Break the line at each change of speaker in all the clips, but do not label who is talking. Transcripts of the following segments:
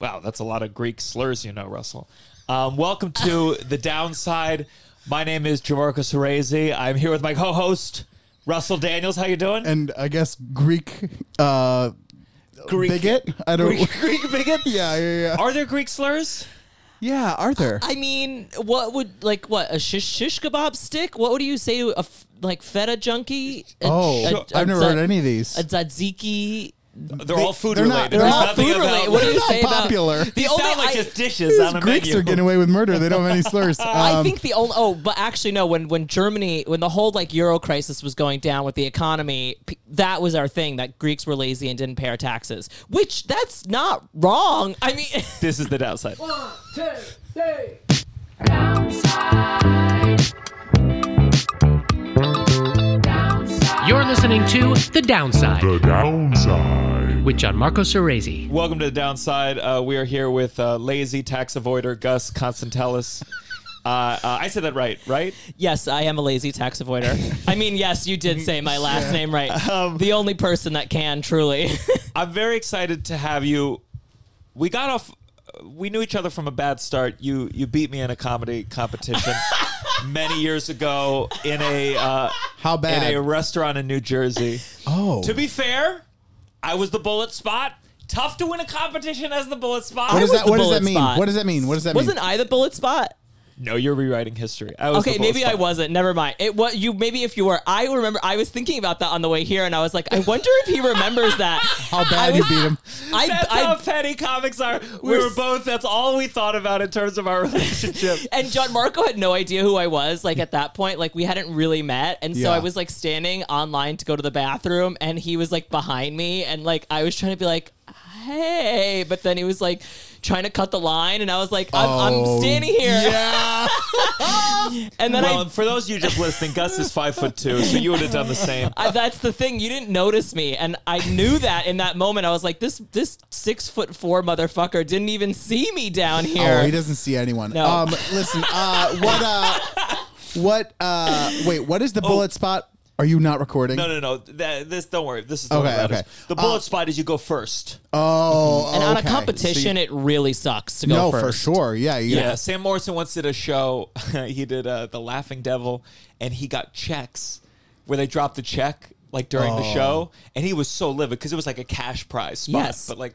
Wow, that's a lot of Greek slurs, you know, Russell. Um, welcome to The Downside. My name is Jamarcus Cerezi. I'm here with my co-host, Russell Daniels. How you doing?
and I guess Greek uh,
Greek-
bigot. I don't.
Greek, Greek bigot?
yeah, yeah, yeah.
Are there Greek slurs?
yeah, Arthur.
I mean, what would like what a shish, shish kebab stick? What would you say to a f- like feta junkie? A,
oh,
i
I've never heard any of these.
A tzatziki.
They're all food
they're
related.
not- they're
There's
all
nothing
food
about-
related. What do
They're
you
not
say about
popular.
The
These
only
sound like
I,
just dishes on a
Greeks
menu.
are getting away with murder. They don't have any slurs.
I
Um,
think the only oh, but actually no. When when Germany, when the whole like Euro crisis was going down with the economy, p- that was our thing. That Greeks were lazy and didn't pay our taxes, which that's not wrong. I mean,
This is The Downside.
You're listening to The Downside
The downside.
with Gianmarco Cerezi.
Welcome to The Downside. Uh, we are here with uh, lazy tax avoider Gus Constantelis. Uh, uh, I said that right, right?
yes, I am a lazy tax avoider. I mean, yes, you did say my last name right.
Um,
the only person that can truly.
I'm very excited to have you. We got off. We knew each other from a bad start. You you beat me in a comedy competition many years ago in a uh,
how bad?
in a restaurant in New Jersey.
oh,
To be fair, I was the bullet spot. Tough to win a competition as the bullet spot.
what, is
was
that,
the
what does that
bullet
mean?
spot.
What does that mean? What does that
Wasn't
mean?
I the bullet spot?
no, you're rewriting history. I was the
Okay,
bullet
maybe I
spot.
wasn't. Never mind. It what you maybe if you were. I remember. I was thinking about that on the way here, and I was like, I wonder if he remembers that.
how bad you beat him?
I,
That's
I-
how petty comics are. We
We're
were
s-
both. That's all we thought about in terms of our relationship.
and John Marco had no idea who I was. Like at that point, like we hadn't really met, and so
Yeah.
I was like standing online to go to the bathroom, and he was like behind me, and like I was trying to be like, hey, but then he was like trying to cut the line, and I was like, I'm,
Oh,
I'm standing here,
Yeah.
and then
well,
I
and for those of you just listening, Gus is five foot two, so you would have done the same.
I, that's the thing. You didn't notice me, and I knew that in that moment. I was like, this this six foot four motherfucker didn't even see me down here.
Oh, he doesn't see anyone.
No.
Um, listen. Uh, what? Uh, what? Uh, wait. What is the bullet spot? Are you not recording?
Oh. No, no, no. That, this don't worry. This is the
Okay,
okay,
okay.
The
Uh,
bullet spot is you go first.
Oh,
and on a
okay.
competition, it really sucks to go
No,
first.
for sure. Yeah, yeah.
yeah. Sam Morrison once did a show. he did uh, the Laughing Devil, and he got checks where they dropped the check like during the
Oh.
show, and he was so livid because it was like a cash prize spot.
Yes.
But like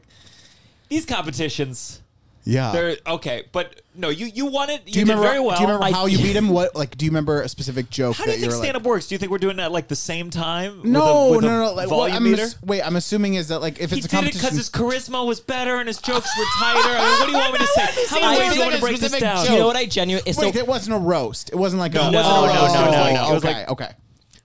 these competitions,
Yeah.
they're okay. But no, you you won it. You,
Uh, do you
did
remember?
very well.
Do you remember
I-
how you beat him? What like? Do you remember a specific joke
How do
that
you think
were like?
stand up works? Do you think we're doing that like the same time? with
No,
a- with a
no, no, Like, what
volume
I'm
meter?
ass- wait, I'm assuming is that like if
He
it's a
did it
competition,
because his charisma was better and his jokes were tighter. I mean, what do you want me to say? How many
I
ways do you
think
want to
a
break this
specific
down?
Do you know what I genuinely? So
wait, it wasn't a roast. It wasn't like a
it wasn't
a
oh,
roast. No, no,
okay,
no. It was
okay,
like-
okay.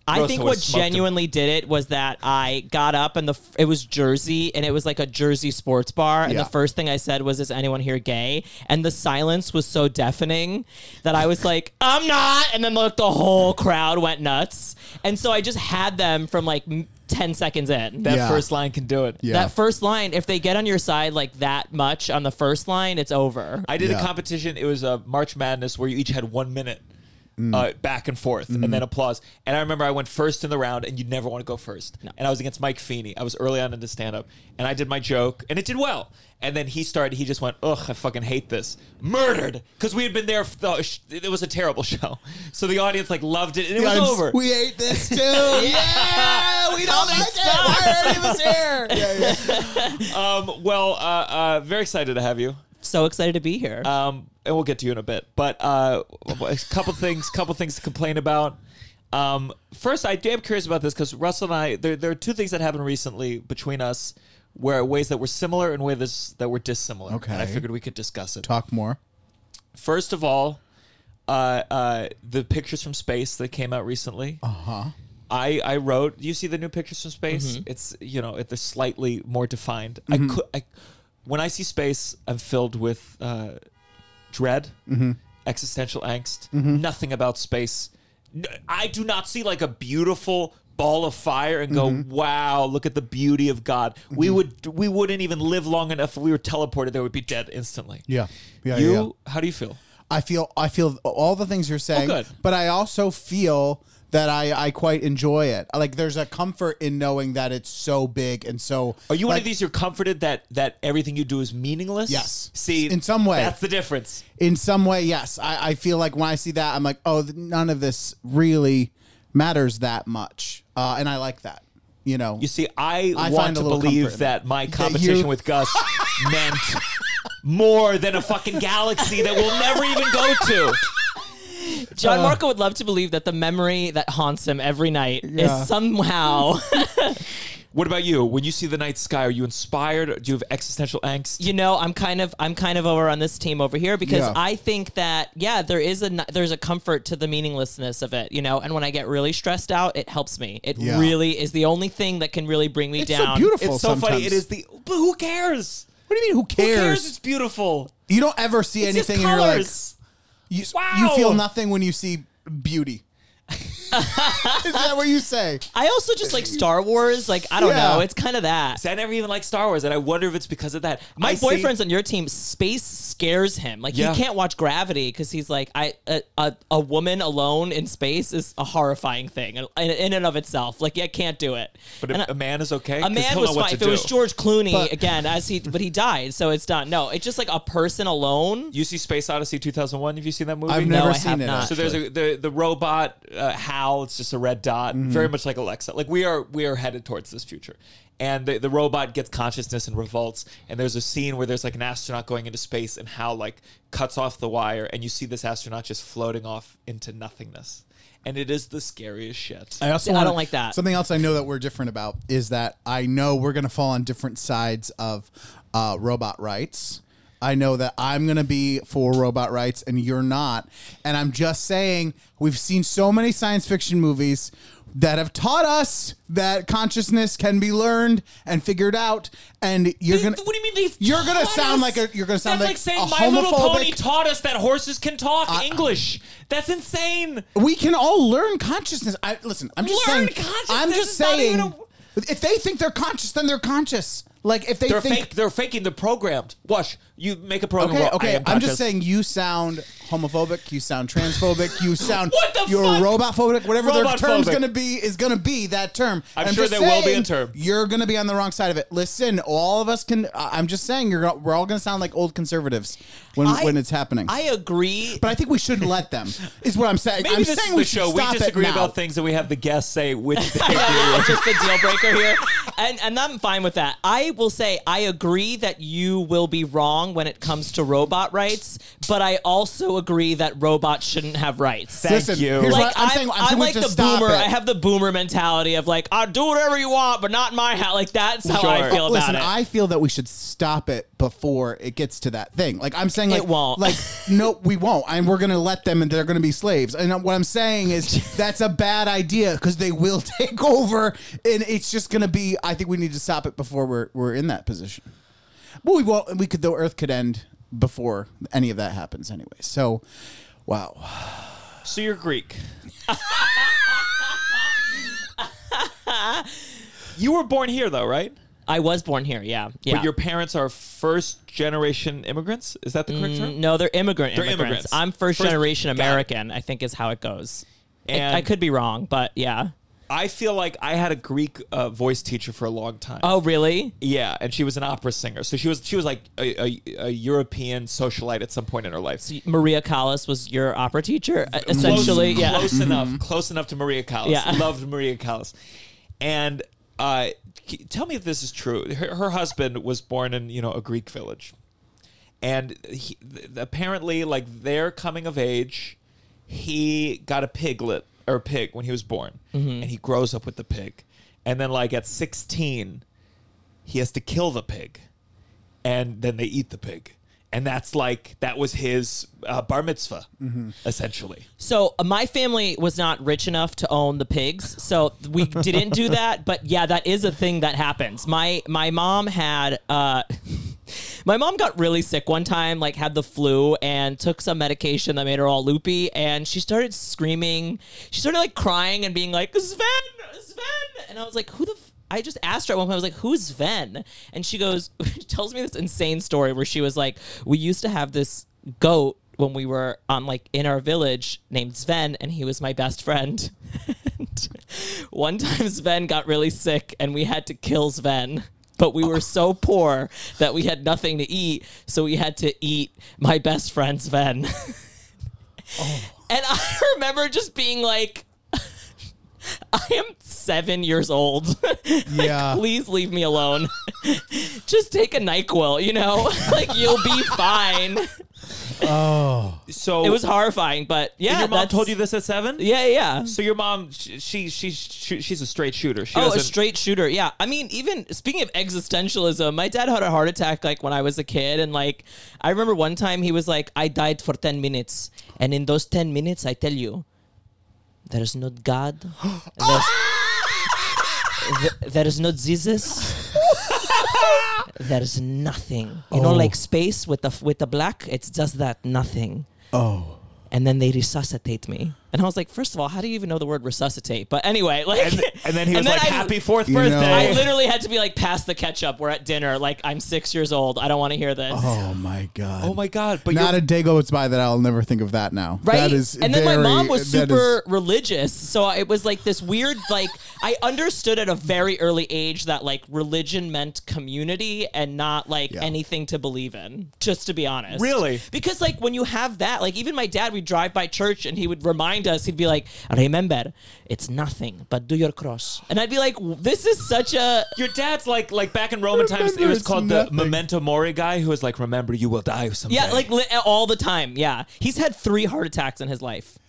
I
Rosa
think
was
what
smoked him.
genuinely did it was that I got up and the f- it was Jersey and it was like a Jersey sports bar and
Yeah.
the first thing I said was is anyone here gay and the silence was so deafening that I was like I'm not and then like the whole crowd went nuts and so I just had them from like m- 10 seconds in.
That
Yeah.
first line can do it.
Yeah.
That first line, if they get on your side like that much on the first line, it's over.
I did
Yeah.
a competition. It was a March Madness where you each had one minute
Mm.
uh, back and forth, and then applause. And I remember I went first in the round, and you would never want to go first. And I was against Mike Feeney. I was early on into stand up, and I did my joke, and it did well. And then he started. He just went, "Ugh, I fucking hate this." Murdered because we had been there. For the, sh- it was a terrible show, so the audience like loved it, and it was
I'm s-
over.
We ate this too. yeah, we don't like it. Why are was here? Yeah, yeah.
um, well, uh, uh, very excited to have you.
so excited to be here.
um, and we'll get to you in a bit. But uh, a couple things, couple things to complain about. Um, first, I am curious about this because Russell and I, there, there are two things that happened recently between us, where ways that were similar and ways that were dissimilar.
Okay.
and I figured we could discuss it.
Talk more.
First of all, uh, uh, the pictures from space that came out recently. Uh huh.
Uh-huh.
I, I wrote. You see the new pictures from space?
Mm-hmm.
It's you know it, they're slightly more defined. I could I, when I see space, I'm filled with uh, dread,
Mm-hmm.
existential angst. Nothing about space. N- I do not see like a beautiful ball of fire and go,
Mm-hmm.
"Wow, look at the beauty of God." We would we wouldn't even live long enough. If we were teleported, there would be dead instantly.
Yeah, yeah,
you,
yeah.
how do you feel?
I feel I feel all the things you're saying,
good.
but I also feel that I, I quite enjoy it. Like there's a comfort in knowing that it's so big and so.
Are you one
like,
of these? You're comforted that that everything you do is meaningless.
Yes.
See,
In some way.
that's the difference.
in some way, yes. I, I feel like when I see that, I'm like, oh, th- none of this really matters that much, uh, and I like that. You know,
You see, I,
I
want
find a
to
little comfort
believe
in
that my
That
competition
you-
with Gus meant more than a fucking galaxy that we'll never even go to.
John Marco would love to believe that the memory that haunts him every night
Yeah.
is somehow,
What about you? When you see the night sky, are you inspired? Do you have existential angst?
you know, I'm kind of I'm kind of over on this team over here because
Yeah.
I think that yeah, there is a n- there's a comfort to the meaninglessness of it, you know. And when I get really stressed out, it helps me. It
Yeah.
really is the only thing that can really bring me
it's
down.
so beautiful.
It's so funny.
sometimes.
It is the. But who cares?
What do you mean? Who
Who
cares?
cares? It's beautiful.
you don't ever see
It's
anything,
just
and you're like,
colors.
you,
Wow.
you feel nothing when you see beauty. is that what you say?
I also just like Star Wars. Like I don't
Yeah.
know, it's kind of that.
See, I never even like Star Wars, and I wonder if it's because of that.
My
I see-
boyfriend's on your team. Space scares him. Like
Yeah.
he can't watch Gravity because he's like, I a, a, a woman alone in space is a horrifying thing in, in and of itself. Like I can't do it.
but
And I-
a, a man is okay.
a
'Cause
man
he'll
was
know what
fine.
to
If it was
do.
George Clooney
But-
again, as he but he died, so it's done. No, it's just like a person alone.
You see Space Odyssey 2001? Have you seen that movie?
I've
No,
never
I
seen
have
it.
not.
So there's a, the the robot uh, Hal. It's just a red dot,
Mm-hmm.
very much like Alexa. Like we are we are headed towards this future, and the, the robot gets consciousness and revolts. And there's a scene where there's like an astronaut going into space, and Hal like cuts off the wire, and you see this astronaut just floating off into nothingness, and it is the scariest shit.
I also
I
wanna-
don't like that.
Something else I know that we're different about is that I know we're going to fall on different sides of uh, robot rights. I know that I'm going to be for robot rights and you're not. And I'm just saying, we've seen so many science fiction movies that have taught us that consciousness can be learned and figured out. And you're going
What do you mean they've
You're gonna
taught
sound
us?
like a- you're gonna sound
That's
like
like,
a
saying My Little Pony
homophobic-
taught us that horses can talk English. That's insane.
we can all learn consciousness. I listen. I'm just
Learn
saying.
consciousness
I'm just
is not even
saying.
a-
if they think they're conscious, then they're conscious. Like if they
They're
think
fake. They're faking. They're programmed. Watch. You make a program.
Okay,
well, I
okay.
am
I'm
conscious.
just saying you sound homophobic, you sound transphobic, you sound
What the
you're
fuck?
robot phobic, whatever their term's
Robotphobic.
gonna be is gonna be that term.
I'm
And
sure
just
there will be a
saying
term.
You're gonna be on the wrong side of it. Listen, all of us can I- I'm just saying you're gonna- we're all gonna sound like old conservatives when
I-
when it's happening.
I agree.
but I think we should let them. Is what I'm saying.
Maybe
I'm
this
saying
is
we
the
should
show. We
stop it
disagree
now.
about things, and we have the guests say which. They
Yeah, it's just the deal breaker here. And and I'm fine with that. I will say I agree that you will be wrong when it comes to robot rights, but I also agree that robots shouldn't have rights.
Thank
Listen,
you.
here's
Like,
what I'm, saying. I'm, saying we
like
just
the
stop
boomer.
it.
I have the boomer mentality of like, I'll do whatever you want, but not in my house. Like that's how I
Sure.
feel about
Listen,
it.
I feel that we should stop it before it gets to that thing. Like I'm saying, like,
It won't.
Like, no, we won't. And we're gonna let them, and they're gonna be slaves. And what I'm saying is that's a bad idea because they will take over, and it's just gonna be. I think we need to stop it before we're we're in that position. Well, we won't. We could. The Earth could end before any of that happens, anyway. So, wow.
so you're Greek. you were born here, though, right?
I was born here. Yeah, yeah.
But your parents are first generation immigrants. Is that the correct term?
Mm, no, they're immigrant
They're
immigrants.
immigrants.
I'm first,
First-
generation
got it.
American. I think is how it goes. I-
And-
I could be wrong, but yeah.
I feel like I had a Greek uh, voice teacher for a long time.
Oh, really?
Yeah, and she was an opera singer, so she was she was like a, a, a European socialite at some point in her life.
Maria Callas was your opera teacher, uh, essentially.
close,
yeah.
close enough, close enough to Maria Callas.
Yeah.
loved Maria Callas, and uh, c- tell me if this is true. Her, her husband was born in you know a Greek village, and he, th- apparently, like their coming of age, he got a piglet or a pig when he was born,
Mm-hmm.
and he grows up with the pig, and then like at sixteen, he has to kill the pig and then they eat the pig. And that's like that was his uh, bar mitzvah, essentially.
So uh, my family was not rich enough to own the pigs, so we didn't do that. But yeah, that is a thing that happens. My my mom had. Uh, My mom got really sick one time, like had the flu and took some medication that made her all loopy. And she started screaming. She started like crying and being like, Sven, Sven. And I was like, who the. F-? I just asked her at one point, I was like, who's Sven? And she goes, she tells me this insane story where she was like, we used to have this goat when we were on like in our village named Sven and he was my best friend. One time Sven got really sick and we had to kill Sven. But we were so poor that we had nothing to eat, so we had to eat my best friend Sven. And I remember just being like, I am seven years old.
Yeah.
Please leave me alone. just take a NyQuil, you know? like, you'll be fine.
So
It was horrifying, but
Oh,
yeah.
And your mom
that's-
told you this at seven.
Yeah, yeah.
So your mom, she, she, she, she she's a straight shooter. She
Oh, a
doesn't-
straight shooter. Yeah. I mean, even speaking of existentialism, my dad had a heart attack like when I was a kid. And like, I remember one time he was like, I died for 10 minutes. And in those 10 minutes, I tell you, there's no God. There's, th- there is no Jesus. there's nothing. You know,
Oh.
like space with the, f- with the black, it's just that nothing
Oh.
and then they resuscitate me. And I was like, first of all, how do you even know the word resuscitate? But anyway, like,
And, and then he was like,
I-
"Happy fourth
You know-
birthday."
I literally had to be like, pass the ketchup. We're at dinner. Like, I'm six years old. I don't want to hear this.
Uh-huh.
Oh my god.
oh my god! But
Not
you're,
a day goes by that I'll never think of that now.
Right.
That is
and then my
very-
mom was
that is-
super religious. So it was like this weird, like, I understood at a very early age that, like, religion meant community and not, like,
Yeah.
anything to believe in, just to be honest.
Really?
Because, like, when you have that, like, even my dad, we'd drive by church and he would remind us, he'd be like, remember, it's nothing, but do your cross. And I'd be like, this is such a.
your dad's like like back in Roman times, it
Remember,
was
it's
called
nothing.
the memento mori guy, who was like, "Remember, you will die someday."
Yeah, like li- all the time. Yeah. He's had three heart attacks in his life.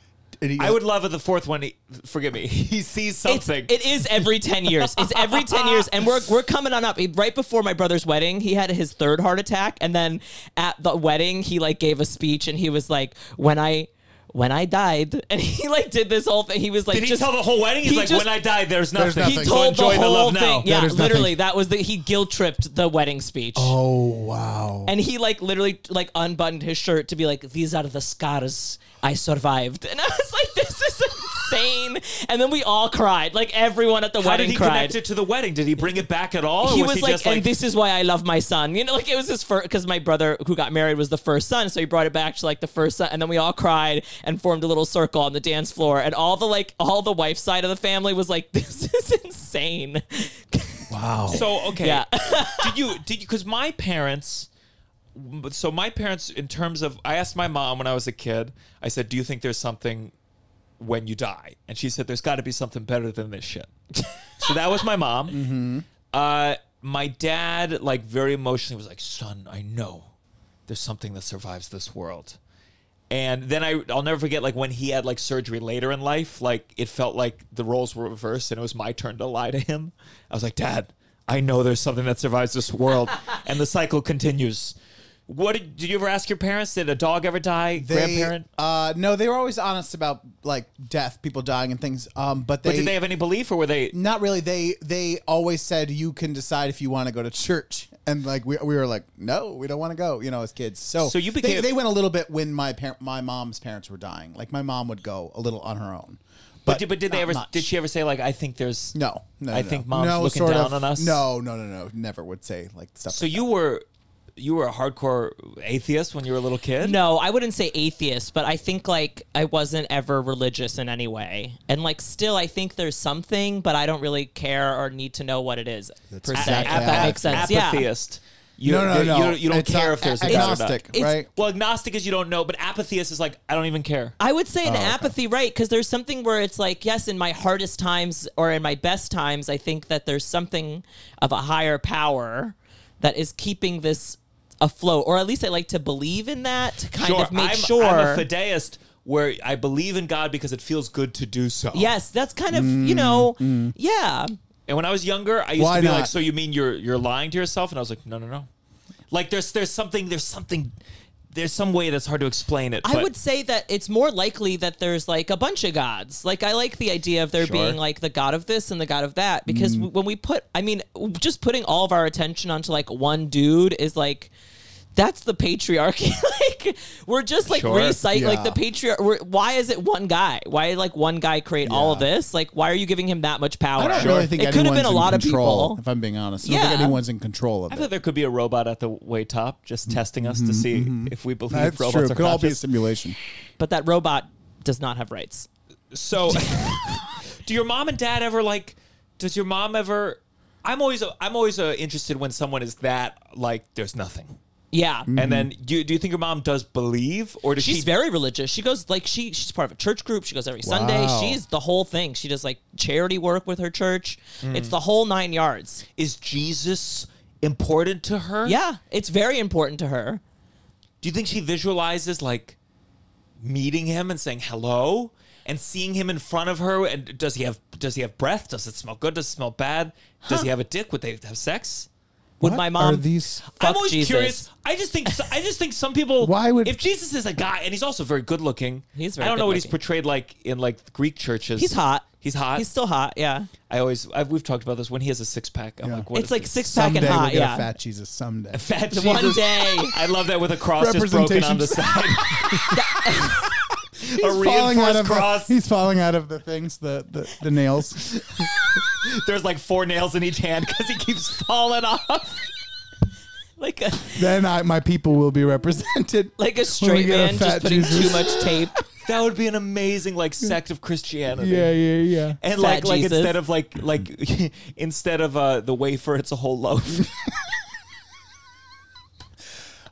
and he
I
goes,
would love if the fourth one. He, forgive me. He sees
It's,
something.
it is every 10 years. It's every 10 years. And we're, we're coming on up. Right before my brother's wedding, he had his third heart attack. And then at the wedding, he like gave a speech and he was like, when I, when I died, and he like did this whole thing. He was like,
Did he
just-
tell the whole wedding? He's
he
like,
just-
"When I die, there's nothing."
nothing.
He
Like,
told
so enjoy
the
the,
whole
love now.
thing. Yeah,
There's nothing.
literally, that was the he guilt tripped the wedding speech.
Oh wow.
And he like literally like unbuttoned his shirt to be like, these are the scars I survived. And I was like, this is insane. And then we all cried. Like everyone at the
How
wedding
did he
cried.
connect it to the wedding? Did he bring it back at all? or
he was,
he
like,
just
and this is why I love my son. You know, like it was his first, because my brother who got married was the first son. So he brought it back to like the first son. And then we all cried and formed a little circle on the dance floor. And all the like, all the wife side of the family was like, this is insane.
wow.
So okay,
Yeah.
did you did you? Because my parents, so my parents, in terms of, I asked my mom when I was a kid. I said, "Do you think there's something when you die?" And she said, "There's got to be something better than this shit." so that was my mom. Uh, my dad, like very emotionally, was like, "Son, I know there's something that survives this world." And then I, I'll never forget, like when he had like surgery later in life, like it felt like the roles were reversed, and it was my turn to lie to him. I was like, "Dad, I know there's something that survives this world," and the cycle continues. What did, did you ever ask your parents? Did a dog ever die?
They-
Grandparent?
Uh, no, they were always honest about like death, people dying, and things. Um, but they,
but did they have any belief, or were they?
not really. They they always said you can decide if you want to go to church, and like we, we were like, no, we don't want to go. You know, as kids. So
So you
they-
became-
They, went a little bit when my parent, my mom's parents were dying. Like my mom would go a little on her own.
But, did, but did they
not
ever?
much.
Did she ever say like, "I think there's"?
No, no.
I
no,
think
no.
mom's
No,
looking
sort
down
of.
on us.
No, no, no, no. Never would say like stuff.
So
like
you were, you were a hardcore atheist when you were a little kid.
No, I wouldn't say atheist, but I think like I wasn't ever religious in any way. And like still I think there's something, but I don't really care or need to know what it is. per se.
exactly how
If that
I
makes sense. Yeah.
Apatheist. You,
no, no,
you-
no.
You, don't- you don't
It's
care
not
if there's a
a-
God or not.
agnostic, right?
Well, agnostic is you don't know, but apatheist is like I don't even care.
I would
Oh,
say an apathy, right? Because there's something where it's like, yes, in my hardest times or in my best times, I think that there's something of a higher power that is keeping this afloat, or at least I like to believe in that to kind of make
I'm,
sure.
I'm a fideist where I believe in God because it feels good to do so.
yes, that's kind of
Mm,
you know, yeah.
And when I was younger, I used
Why
to be like,
not?
"So you mean you're you're lying to yourself?" And I was like, "No, no, no." Like there's there's something there's something there's some way that's hard to explain it.
I
but-
would say that it's more likely that there's like a bunch of gods. Like I like the idea of there
Sure. Mm.
being like the god of this and the god of that because w- when we put, I mean, w- just putting all of our attention onto like one dude is like. That's the patriarchy. like we're just like
Sure.
recycling like
Yeah.
the patriarch. we're- Why is it one guy? Why like one guy create all of
Yeah.
this? Like why are you giving him that much power?
I don't really think
it could have
anyone's
been a
in
lot of
control,
people.
If I'm being honest, I don't
Yeah.
think anyone's in control of
I
it.
thought there could be a robot at the way top just testing us to see if we believe
Mm-hmm. That's
robots
true.
are
It could all be a
conscious.
simulation.
But that robot does not have rights.
So, Do your mom and dad ever like? Does your mom ever? I'm always I'm always uh, interested when someone is that like there's nothing.
Yeah.
Mm-hmm.
And then do you, do you think your mom does believe or does
She's
she?
very religious. She goes like she she's part of a church group. She goes every Sunday.
Wow.
She's the whole thing. She does like charity work with her church.
Hmm.
It's the whole nine yards.
is Jesus important to her?
Yeah, it's very important to her.
Do you think she visualizes like meeting him and saying hello and seeing him in front of her? And does he have does he have breath? Does it smell good? Does it smell bad? Does he have a dick? Would they have sex?
Would
What
my mom
are these-
fuck
I'm always
Jesus?
curious. I just think I just think some people.
Why would-
if Jesus is a guy and he's also very good looking?
He's very
I don't know what he's
good-looking.
portrayed like in like Greek churches.
He's hot.
He's hot.
He's still hot. Yeah.
I always I've, we've talked about this when he has a six pack. I'm
Yeah.
like, what
it's
is
like
this?
six pack
Someday
and hot.
we'll get
yeah.
a fat Jesus. Someday.
fat Jesus.
One day.
I love that with a cross just broken on the side. a
falling out
reinforced
of
cross.
The, he's falling out of the things, the the, the nails.
There's like four nails in each hand because he keeps falling off.
like a
then I, my people will be represented.
like a
when we
straight
get a
man
fat
just putting
Jesus.
too much tape.
That would be an amazing like sect of Christianity.
Yeah, yeah, yeah.
And like
Fat
like
Jesus.
instead of like like instead of uh the wafer, it's a whole loaf.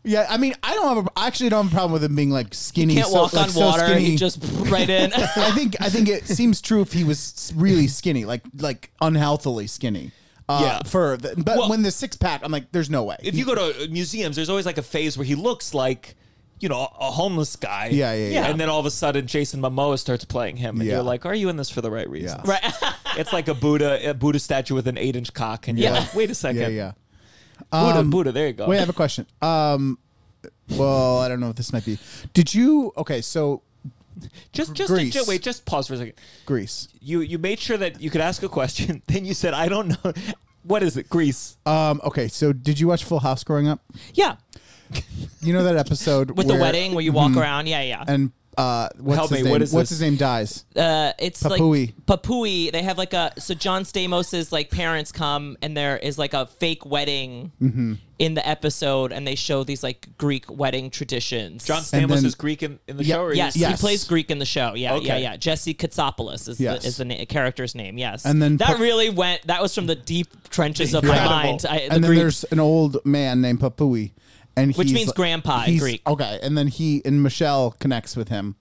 Yeah, I mean, I don't have. A, I actually don't have a problem with him being like skinny.
Can't
so-
walk
like,
on
so
water.
skinny.
You just right in.
I think I think it seems true if he was really skinny, like like unhealthily skinny. Uh,
Yeah.
For the, but
Well-
when the six pack, I'm like, there's no way.
if you go to uh, museums, there's always like a phase where he looks like, you know, a homeless guy.
Yeah, yeah, yeah.
And then all of a sudden, Jason Momoa starts playing him, and
Yeah.
you're like, "Are you in this for the right reasons?"
Yeah.
right.
It's like a Buddha, a Buddha statue with an eight inch cock, and you're
Yeah.
like, "Wait a second,
yeah, yeah. Um,
Buddha, Buddha, there you go."
Wait, I have a question. Um, well, I don't know if this might be. Did you? Okay, so
just, just,
Greece.
just, wait, just pause for a second.
Greece.
You, you made sure that you could ask a question, then you said, "I don't know, what is it, Greece?"
Um, okay, so did you watch Full House growing up?
Yeah.
You know that episode
With
where- Mm-hmm.
the wedding where you walk around. Yeah, yeah.
and uh, what's
Help
his
me,
name?
what is
what's
this?
his name dies?
uh, it's
Papui.
like Papui. They have like a so John Stamos's like parents come and there is like a fake wedding
Mm-hmm.
in the episode, and they show these like Greek wedding traditions.
John
And
Stamos
then-
is Greek in, in the
Yeah,
show, or
Yes,
he's-
Yes.
he plays Greek in the show. Yeah, yeah,
Okay.
yeah. Jesse Katsopoulos is
Yes.
the, is the na- character's name. Yes,
And then
that
Pap-
really went. That was from the deep trenches of my
Incredible.
mind. I, the
and then
Greek.
there's an old man named Papui, and
Which
he's
means
like-
grandpa in
he's-
Greek.
Okay, and then he and Michelle connects with him,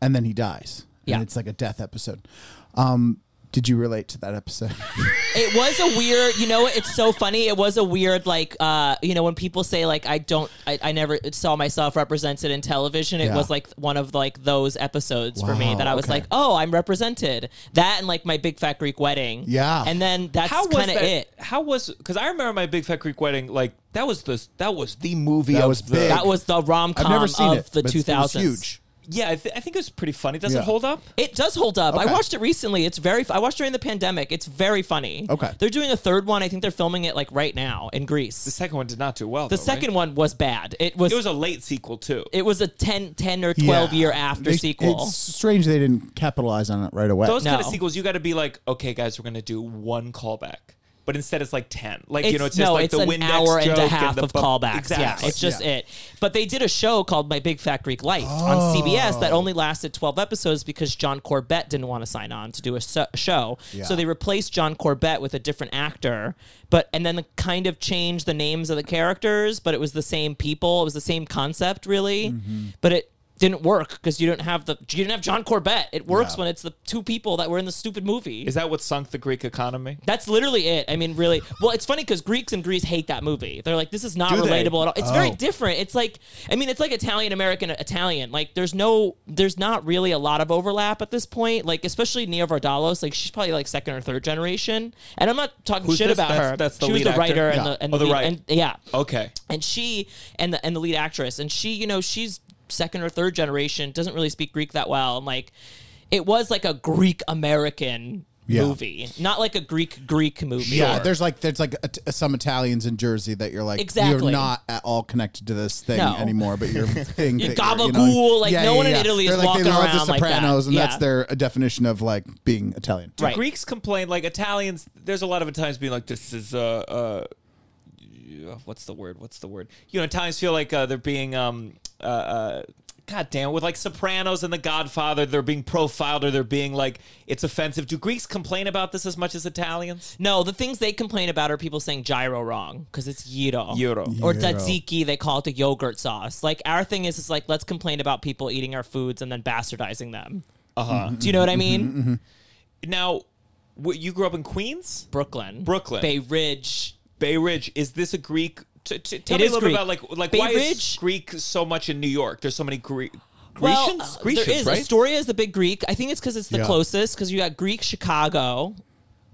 and then he dies.
Yeah.
and it's like a death episode. Um, did you relate to that episode?
It was a weird, you know, it's so funny. It was a weird, like, uh, you know, when people say like, I don't, I, I never saw myself represented in television. It
Yeah.
was like one of like those episodes for me
Wow,
that I was
okay.
like, oh, I'm represented. That and like my big fat Greek wedding.
Yeah.
and then that's
How was
kind of
that?
it.
How was because I remember my Big Fat Creek wedding. Like that was the that was the movie.
That
of
was
the,
big.
That was the rom
I've
com
never seen
of
it.
the
but it was
2000s.
Huge.
Yeah, I, th- I think it was pretty funny. Does
Yeah.
it hold up?
It does hold up.
Okay.
I watched it recently. It's very. F- I watched it during the pandemic. It's very funny.
Okay.
They're doing a third one. I think they're filming it like right now in Greece.
The second one did not do well.
the
though, right?
second one was bad. It was.
It was a late sequel too.
it was a 10, 10 or 12
Yeah.
year after
They-
sequel.
It's strange they didn't capitalize on it right away.
Those kind of
No.
sequels, you got to be like, okay, guys, we're gonna do one callback, but instead it's like ten. Like you know, it's just
no,
like
it's
the
an
Windex
hour and
joke
a half
the
of
bu-
callbacks.
Exactly.
Yeah, it's just
Yeah.
it. But they did a show called My Big Fat Greek Life
Oh.
on CBS that only lasted 12 episodes because John Corbett didn't want to sign on to do a so- show. So they replaced John Corbett with a different actor, but and then kind of changed the names of the characters, but it was the same people, it was the same concept really,
Mm-hmm.
but it didn't work because you didn't have the you didn't have John Corbett. It works when it's the two people that were in the stupid movie.
Is that what sunk the Greek economy?
That's literally it. I mean, really. Well, it's funny because Greeks and Greece hate that movie. They're like, this is not
Do they? Oh.
relatable at all. It's very different. It's like, I mean, it's like Italian American Italian. Like, there's no, there's not really a lot of overlap at this point. Like, especially Nia Vardalos. Like, she's probably like second or third generation. And I'm not talking
Who's
shit
this?
about
That's-
her.
that's the
she was
lead
the
actor?
writer and
Yeah.
the and
Oh, the
lead-
right.
and- yeah
Okay.
and she and the and the lead actress and she you know she's second or third generation doesn't really speak greek that well and like it was like a greek american
Yeah.
movie not like a greek greek movie
Yeah, there's like there's like a, uh, some Italians in Jersey that you're like you're
Exactly.
not at all connected to this thing
No.
anymore, but your thing.
You're
that you're,
gabagool, like, no one in Italy is
They're like,
walking
they love
around
the
like that.
Sopranos, and that's
Yeah.
their uh, definition of like being Italian.
Do
Right.
Greeks complain like Italians. There's a lot of Italians being like, "This is uh, uh, what's the word? What's the word?" You know, Italians feel like uh, they're being um, uh, uh, God damn, it, with like Sopranos and The Godfather, they're being profiled or they're being like, it's offensive. Do Greeks complain about this as much as Italians?
No, the things they complain about are people saying gyro wrong because it's gyro.
Gyro.
Or
Gyro.
tzatziki, they call it the yogurt sauce. Like our thing is, is like let's complain about people eating our foods and then bastardizing them. Uh huh.
Uh-huh.
Do you know what I mean?
Mm-hmm,
Now, wh- you grew up in Queens,
Brooklyn,
Brooklyn.
Bay Ridge.
Bay Ridge. Is this a Greek? T- t- tell
It
me
is
a little
Greek.
bit about like like
Bay
why is
Ridge-
Greek so much in New York? There's so many Greek.
Well,
Grecians,
uh,
Grecians,
there is
right?
Astoria is the big Greek. I think it's because it's the
Yeah.
closest because you got Greek Chicago.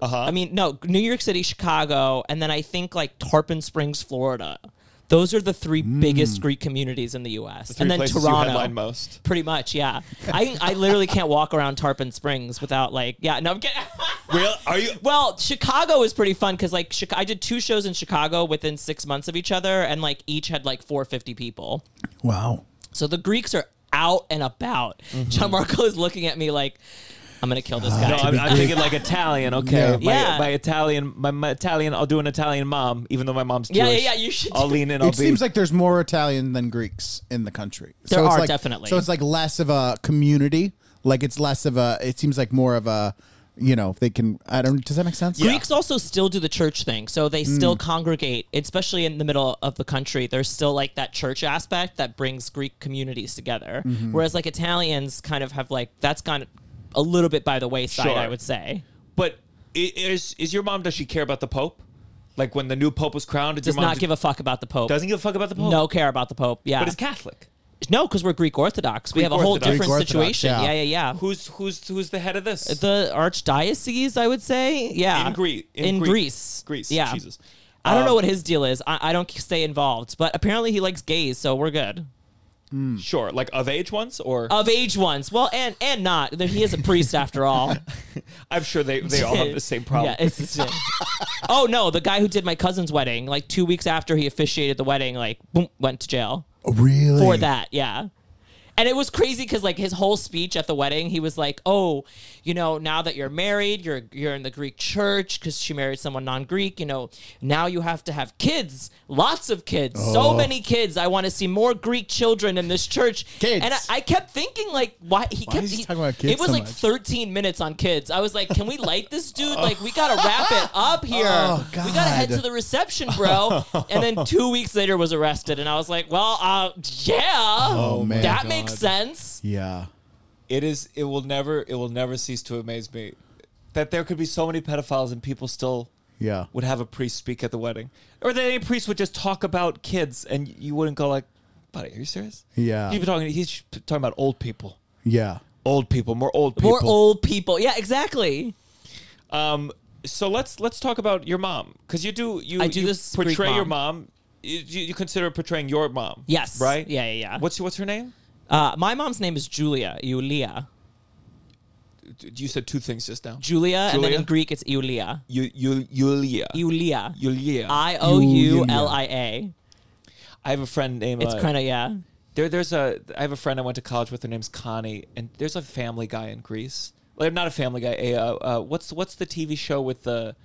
Uh
Uh-huh.
huh. I mean, no, New York City, Chicago, and then I think like Tarpon Springs, Florida. Those are the three biggest Greek communities in the U.S.
Hmm. three
and then
places you
Toronto.
headline most.
Pretty much, yeah. I I literally can't walk around Tarpon Springs without like, yeah. No, I'm kidding.
Real? Are you?
Well, Chicago was pretty fun because like Chica- I did two shows in Chicago within six months of each other, and like each had like 450 people.
Wow.
So the Greeks are out and about. Gianmarco is looking at me like, I'm gonna kill this guy.
Mm-hmm. Uh, No, I'm, I'm thinking like Italian. Okay,
Yeah.
My,
Yeah.
my Italian, my, my Italian. I'll do an Italian mom, even though my mom's
Yeah, yeah,
Jewish.
yeah, you should
I'll
do-
lean in.
It
I'll be.
seems like there's more Italian than Greeks in the country.
There
it's
are,
like-
definitely.
So it's like less of a community. Like it's less of a. It seems like more of a. You know, they can. I don't. Does that make sense?
Greeks also still do the church thing, so they
Hmm.
still congregate, especially in the middle of the country. There's still like that church aspect that brings Greek communities together,
Mm-hmm.
whereas like Italians kind of have like that's gone a little bit by the wayside,
Sure.
I would say.
but i- is is your mom? Does she care about the Pope? Like when the new Pope was crowned, did
Does
your mom
not give a fuck about the Pope.
doesn't give a fuck about the Pope?
no care about the Pope. Yeah,
but it's Catholic.
no, because we're Greek Orthodox. we
Greek
have a whole
Orthodox.
different
Greek Orthodox,
situation.
yeah.
Yeah, yeah, yeah.
Who's who's who's the head of this?
the archdiocese, I would say. Yeah.
In Gre- in
In
Greece.
Greece.
Greece,
Yeah.
Jesus.
I don't know
Um,
what his deal is. I, I don't stay involved, but apparently he likes gays, so we're good.
sure, like of age ones, or
Of age ones, well, and and not. There- He is a priest after all.
I'm sure they they all have the same problem.
Yeah, it's the same. oh no, the guy who did my cousin's wedding, like two weeks after he officiated the wedding, like boom, went to jail.
Really?
for that. Yeah. And it was crazy because like his whole speech at the wedding, he was like, "Oh, you know, now that you're married, you're you're in the Greek church because she married someone non-Greek. You know, now you have to have kids, lots of kids,
Oh.
so many kids. I want to see more Greek children in this church.
Kids.
And I, I kept thinking like, why he kept
is he talking about kids
It was
so
like
much?
13 minutes on kids. I was like, can we light this dude? Like, we gotta wrap it up here.
Oh,
We gotta head
God.
to the the reception, bro. and then two weeks later was arrested, and I was like, well, uh, yeah,
Oh, man.
that
God.
makes sense.
Yeah.
It is. It will never. It will never cease to amaze me that there could be so many pedophiles and people still
Yeah.
would have a priest speak at the wedding, or that any priest would just talk about kids, and you wouldn't go like, "Buddy, are you serious?"
Yeah.
He's talking. He's talking about old people.
Yeah.
Old people. More old people.
More old people, yeah, exactly.
Um. So let's let's talk about your mom because you do you
I do
you
this Greek
portray your
mom.
mom. You, you consider portraying your mom.
Yes.
Right.
Yeah, yeah, yeah.
What's what's her name?
Uh, my mom's name is Julia, Julia,
D- You said two things just now.
Julia, and then
Julia?
in Greek it's Iulia,
you, you, Yulia.
Iulia,
Yulia.
I O U L I A.
I have a friend named.
It's
uh,
kind of yeah.
There, there's a. I have a friend I went to college with. Her name's Connie, and there's a Family Guy in Greece. Like, not a Family Guy. A, uh, uh, what's what's the TV show with the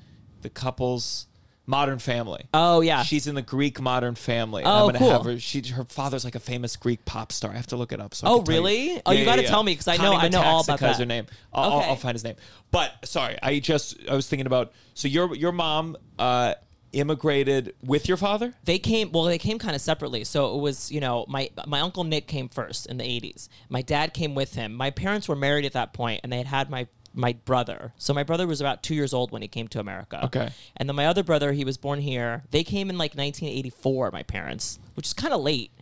the couples? Modern Family.
Oh yeah.
She's in the Greek Modern Family. and
Oh,
I'm gonna
cool.
have her. She, her father's like a famous Greek pop star. I have to look it up. So I
Oh,
can tell
really?
You.
Oh, you gotta tell me, 'cause I know-
Connie
I know all
Metaxaca
about
is
that.
her name. I'll, I'll-
Okay.
I'll find his name. But sorry, I just I was thinking about. So your your mom uh, immigrated with your father.
they came well they came kind of separately so it was you know my my uncle nick came first in the 80s my dad came with him my parents were married at that point and they had had my my brother so my brother was about two years old when he came to america
Okay.
and then my other brother he was born here they came in like 1984 my parents which is kind of late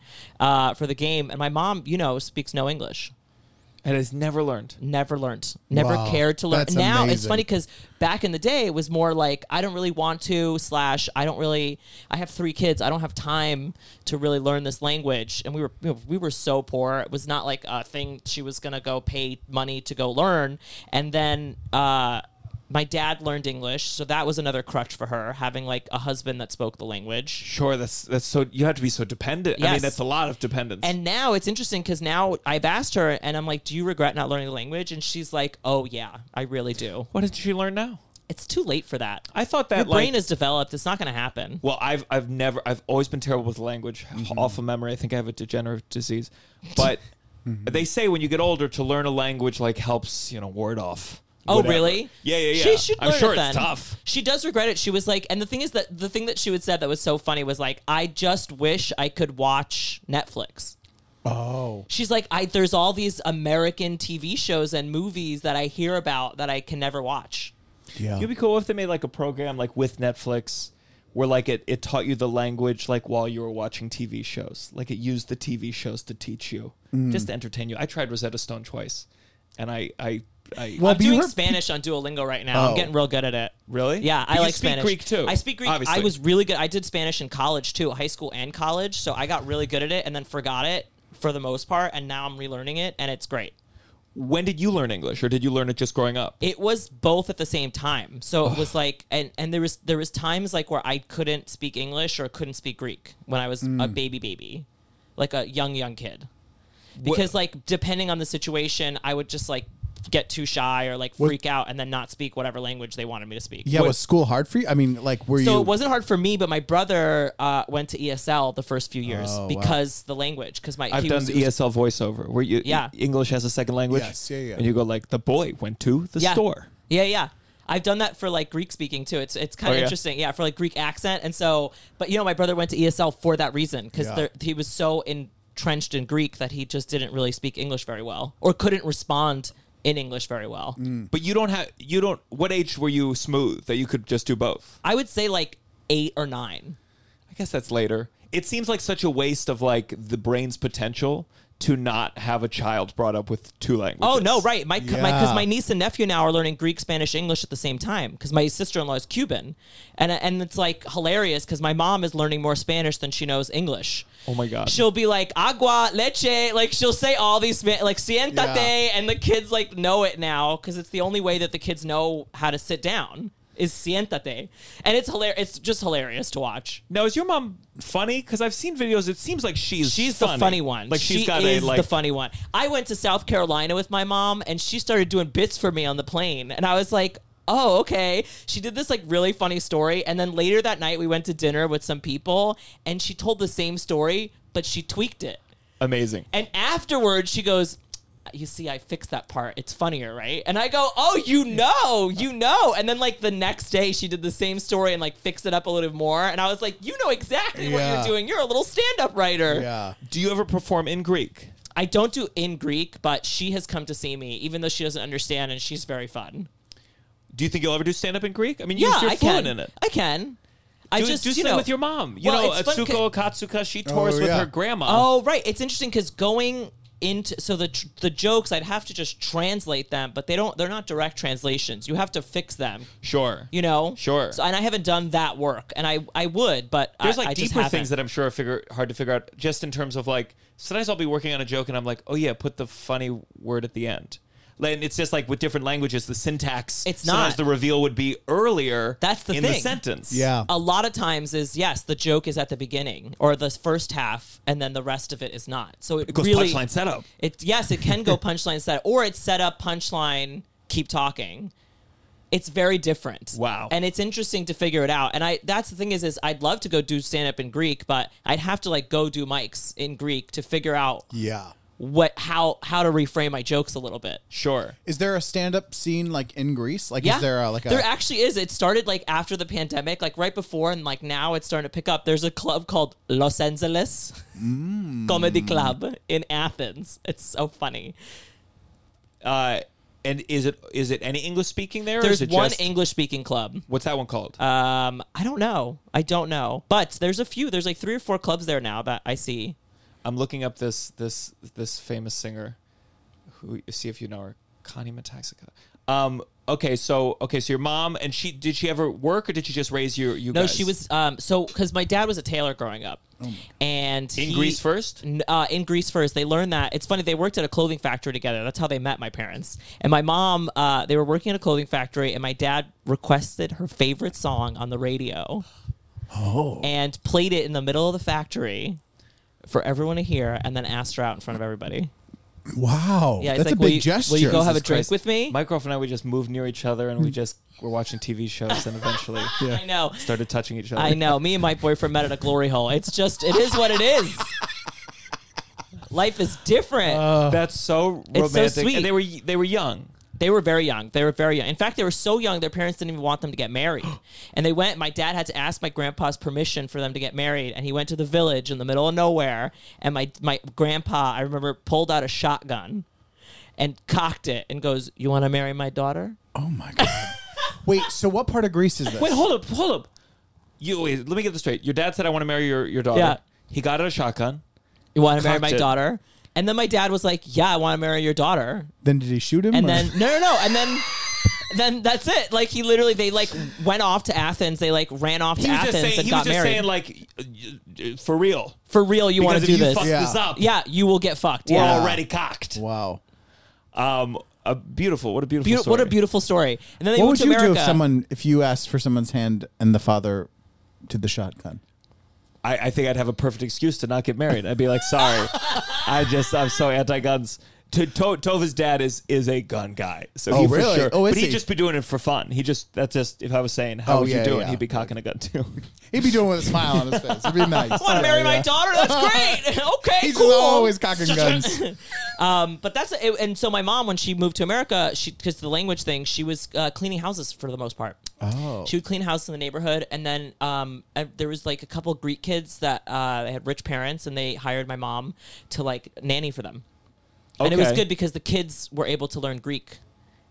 uh, for the game and my mom you know speaks no english
and has never learned.
never learned never
Wow,
cared to learn
that's
now it's
amazing.
funny because back in the day it was more like i don't really want to slash i don't really i have three kids i don't have time to really learn this language and we were you know, we were so poor it was not like a thing she was gonna go pay money to go learn and then uh my dad learned English, so that was another crutch for her, having like a husband that spoke the language.
Sure, that's that's so you have to be so dependent. I mean,
Yes.
that's a lot of dependence.
And now it's interesting because now I've asked her and I'm like, Do you regret not learning the language? And she's like, Oh, yeah, I really do.
what did she learn now?
It's too late for that.
I thought that
Your
like,
brain is developed. It's not going to happen.
well, I've I've
Mm-hmm.
never I've always been terrible with language, awful memory. I think I have a degenerative disease, but
Mm-hmm.
They say when you get older to learn a language like helps you know ward off.
Oh
whatever.
really?
Yeah, yeah, yeah.
She should
I'm
learn
sure
it
it's
then.
tough.
She does regret it. She was like, and the thing is that the thing that she had said that was so funny was like, I just wish I could watch Netflix.
Oh.
She's like, I there's all these American TV shows and movies that I hear about that I can never watch.
Yeah.
It'd be cool if they made like a program like with Netflix where like it, it taught you the language like while you were watching TV shows. Like it used the TV shows to teach you.
Mm.
Just to entertain you. I tried Rosetta Stone twice and I I, I
Well,
I'm
be
doing
re-
Spanish on Duolingo right now.
Oh.
I'm getting real good at it.
Really?
Yeah,
But
I
you
like
speak
Spanish.
Greek, too,
I speak Greek.
obviously.
I was really good. I did Spanish in college too, high school and college. So I got really good at it and then forgot it for the most part. And now I'm relearning it, and it's great.
when did you learn English or did you learn it just growing up?
It was both at the same time. So it was like, and and there was there was times like where I couldn't speak English or couldn't speak Greek when I was
Mm.
a baby baby, like a young young kid, because like depending on the situation, I would just like get too shy or like freak out and then not speak whatever language they wanted me to speak.
Yeah, was school hard for you? I mean, like, were
So
you?
it wasn't hard for me, but my brother uh, went to ESL the first few years
Oh, wow.
because the language. Because my
I've
he
done
was-
the
he was-
ESL voiceover where you e,
Yeah.
English as a second language.
Yes, yeah, yeah.
And you go like the boy went to the
yeah.
store.
Yeah, yeah. I've done that for like Greek speaking too. It's it's kind
Oh,
of
yeah?
interesting, yeah, for like Greek accent. And so, but you know, my brother went to ESL for that reason because
Yeah.
he was so entrenched in Greek that he just didn't really speak English very well or couldn't respond in English very well.
Hmm.
But you don't have you don't what age were you smooth that you could just do both?
I would say like eight or nine.
I guess that's later. It seems like such a waste of like the brain's potential to not have a child brought up with two languages.
Oh no, right. My because my, 'cause
Yeah.
my niece and nephew now are learning Greek, Spanish, English at the same time. Because my sister in law is Cuban, and and it's like hilarious because my mom is learning more Spanish than she knows English.
Oh my God.
She'll be like agua, leche, like she'll say all these Spa- like siéntate,
Yeah.
and the kids like know it now because it's the only way that the kids know how to sit down is siéntate, and it's hilarious. It's just hilarious to watch.
Now is your mom funny? Because I've seen videos. It seems like she's
She's
funny.
the funny one.
Like
she
she's got
is
a like
the funny one. I went to South Carolina with my mom, and she started doing bits for me on the plane, and I was like. Oh, okay. She did this like really funny story. And then later that night, we went to dinner with some people and she told the same story, but she tweaked it.
amazing.
And afterwards, she goes, You see, I fixed that part. It's funnier, right? And I go, Oh, you know, you know. And then, like, the next day, she did the same story and, like, fixed it up a little more. And I was like, You know exactly what
Yeah.
you're doing. You're a little stand up writer.
yeah.
Do you ever perform in Greek?
I don't do in Greek, but she has come to see me, even though she doesn't understand, and she's very fun.
Do you think you'll ever do stand up in Greek? I mean, you-
Yeah,
you're
I
fluent
can.
in it.
I can. I
Do,
just
do
you
something
know-
with your mom. You
Well,
know,
it's fun-
Atsuko Akatsuka. She tours
Oh,
with
yeah.
her grandma.
Oh, right. It's interesting because going into so the tr- the jokes, I'd have to just translate them, but they don't. They're not direct translations. You have to fix them.
sure.
You know,
Sure.
So, and I haven't done that work, and I I would, but
There's
I,
like
I just
deeper
haven't.
things that I'm sure are figure, hard to figure out just in terms of like sometimes I'll be working on a joke and I'm like, oh yeah, put the funny word at the end. Like, And it's just like with different languages, the syntax.
It's
sometimes
not.
the reveal would be earlier.
That's the
in the
thing.
sentence.
Yeah.
a lot of times is yes, the joke is at the beginning or the first half, and then the rest of it is not. So it,
It goes
really
punchline setup.
It yes, it can go punchline set or it's set up punchline. Keep talking. It's very different.
Wow.
And it's interesting to figure it out. And I that's the thing is is I'd love to go do stand up in Greek, but I'd have to like go do mics in Greek to figure out
Yeah.
what how how to reframe my jokes a little bit.
Sure.
Is there a stand-up scene like in Greece? Like,
Yeah.
is there a, like a?
There actually is. It started like after the pandemic, like right before, and like now it's starting to pick up. There's a club called Los Angeles
Mm.
Comedy Club in Athens. It's so funny.
Uh, and is it is it any English speaking there? or
There's
is it
one
just-
English speaking club.
What's that one called?
Um, I don't know. I don't know. But there's a few. There's like three or four clubs there now that I see.
I'm looking up this this this famous singer. Who see if you know her, Connie Metaxica. Um. Okay. So okay. So your mom and she did she ever work or did she just raise you? You
No,
guys?
she was um so because my dad was a tailor growing up, and
Oh In
he-
Greece first?
N- Uh, in Greece first, they learned that it's funny. They worked at a clothing factory together. That's how they met my parents. And my mom, uh, they were working at a clothing factory, and my dad requested her favorite song on the radio, oh, and played it in the middle of the factory for everyone to hear, and then asked her out in front of everybody.
wow.
Yeah, it's
that's
like,
a
will
big
you-
gesture.
will you go have a
Jesus
drink
Christ.
with me? Mm.
My girlfriend and I we just moved near each other and we just were watching TV shows and eventually
I know.
started touching each other.
I know. Me and my boyfriend met at a glory hole. It's just, it is what it is. Life is different.
That's so
It's so
romantic.
sweet.
And they were they were young.
They were very young. They were very young. In fact, they were so young their parents didn't even want them to get married. And they went. My dad had to ask my grandpa's permission for them to get married. And he went to the village in the middle of nowhere. And my my grandpa, I remember, pulled out a shotgun and cocked it and goes, "You want to marry my daughter?"
Oh my god. Wait. So what part of Greece is this?
Wait, hold up, hold up. You wait, let me get this straight. Your dad said I want to marry your, your daughter.
Yeah.
He got out a shotgun.
You want to marry
Cocked
my
it.
daughter? And then my dad was like, "Yeah, I want to marry your daughter."
Then did he shoot him?
and
or-
then no no no and then then that's it like he literally they like went off to athens they like ran off to
He was
athens
just saying
and
he
got
was just
married
saying like y- y- for real.
for real you want
Because
to
if
do
you
this
fuck
Yeah.
this up,
yeah you will get fucked
we're
yeah
already cocked.
wow.
Um a beautiful, what a beautiful
Beau-
story.
what a beautiful story and then they
What would
moved
you
to america
do if someone if you asked for someone's hand and the father did the shotgun?
I, I think I'd have a perfect excuse to not get married. I'd be like, sorry, I just I'm so anti-guns. To, to, Tova's dad is is a gun guy, so he
Oh,
for
really?
sure.
Oh, is
but he'd
he?
just be doing it for fun. He just that's just if I was saying how
Oh,
would
yeah,
you do it,
yeah.
he'd be cocking a gun too.
He'd be doing with a smile on his face. It'd be nice.
want to marry my daughter that's great okay
He's
cool Um,
just always cocking guns.
but that's it, and so my mom when she moved to america she because the language thing she was uh, cleaning houses for the most part oh she would clean houses in the neighborhood and then um, uh, there was like a couple greek kids that uh, had rich parents and they hired my mom to like nanny for them and it was
Okay.
good because the kids were able to learn greek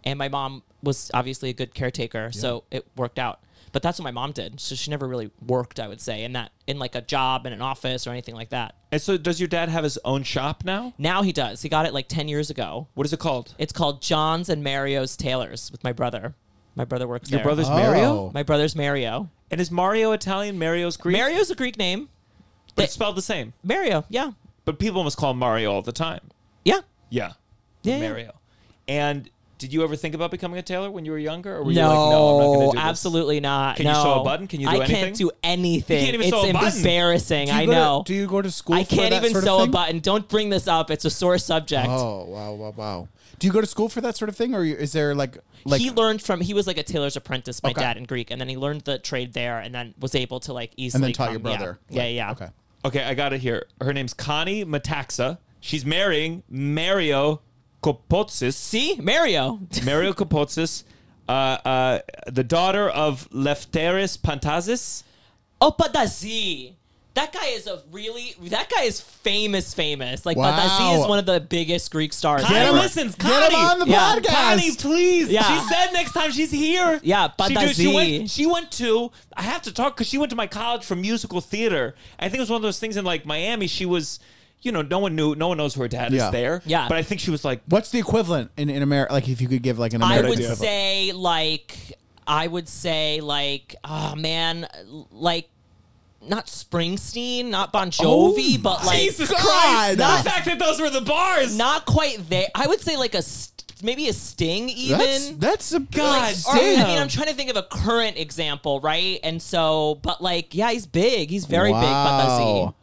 and my mom was obviously a good caretaker so it worked out but that's what my mom did so she never really worked i would say in that in like a job in an office or anything like that
and so, does your dad have his own shop now?
now he does he got it like 10 years ago
What is it called?
it's called John's and Mario's Tailors with my brother. My brother works
Your
there.
brother's
Oh.
Mario,
My brother's Mario.
and is Mario Italian? Mario's Greek,
Mario's a Greek name.
but it's spelled the same.
Mario, yeah.
But people must call him Mario all the time.
Yeah.
Yeah,
Yeah, yeah.
Mario. And did you ever think about becoming a tailor when you were younger, or were you
No,
like, no, I'm not going to do this?
absolutely not.
Can you
No.
sew a button? Can you do
I
anything?
can't do anything.
You can't even
it's
sew a button.
embarrassing.
Do you
I
go to-
know.
do you go to school?
I
for
can't
that
even
sort of
sew a
thing?
button. Don't bring this up. It's a sore subject.
Oh wow wow wow! Do you go to school for that sort of thing, or you- is there like like
he learned from he was like a tailor's apprentice, my
Okay.
dad in Greek, and then he learned the trade there, and then was able to like easily
and then taught your
come- yeah.
brother?
Yeah, yeah.
Like,
yeah.
Okay.
Okay, I got it here. Her name's Connie Metaxa. She's marrying Mario Kopotsis.
See, Mario.
Mario Kopotsis, uh, uh, the daughter of Lefteris Pantazis.
Oh, Badazi. That guy is a really that guy is famous, famous. Like
Wow.
Badazi is one of the biggest Greek stars.
Connie
ever.
listens.
Get
Connie.
him on the
Yeah.
podcast.
Connie, please.
Yeah.
She said next time she's here.
Yeah,
she, dude, she,
Pantazi.
went, she went to, I have to talk because she went to my college for musical theater. I think it was one of those things in like Miami. She was, you know, no one knew, no one knows who her dad
Yeah.
is there.
Yeah.
But I think she was like,
What's the equivalent in, in America? Like, if you could give like an
I
American
would
equivalent.
say like I would say like oh man like not Springsteen, not Bon Jovi, but like
Oh, Jesus
God.
Christ.
Not-
the fact that those were the bars.
not quite there. I would say like a st- maybe a Sting even.
that's that's a
God
Or, I
Damn.
mean, I'm trying to think of a current example, right? And so, but like, yeah, he's big. He's very big, Badazi.
Wow.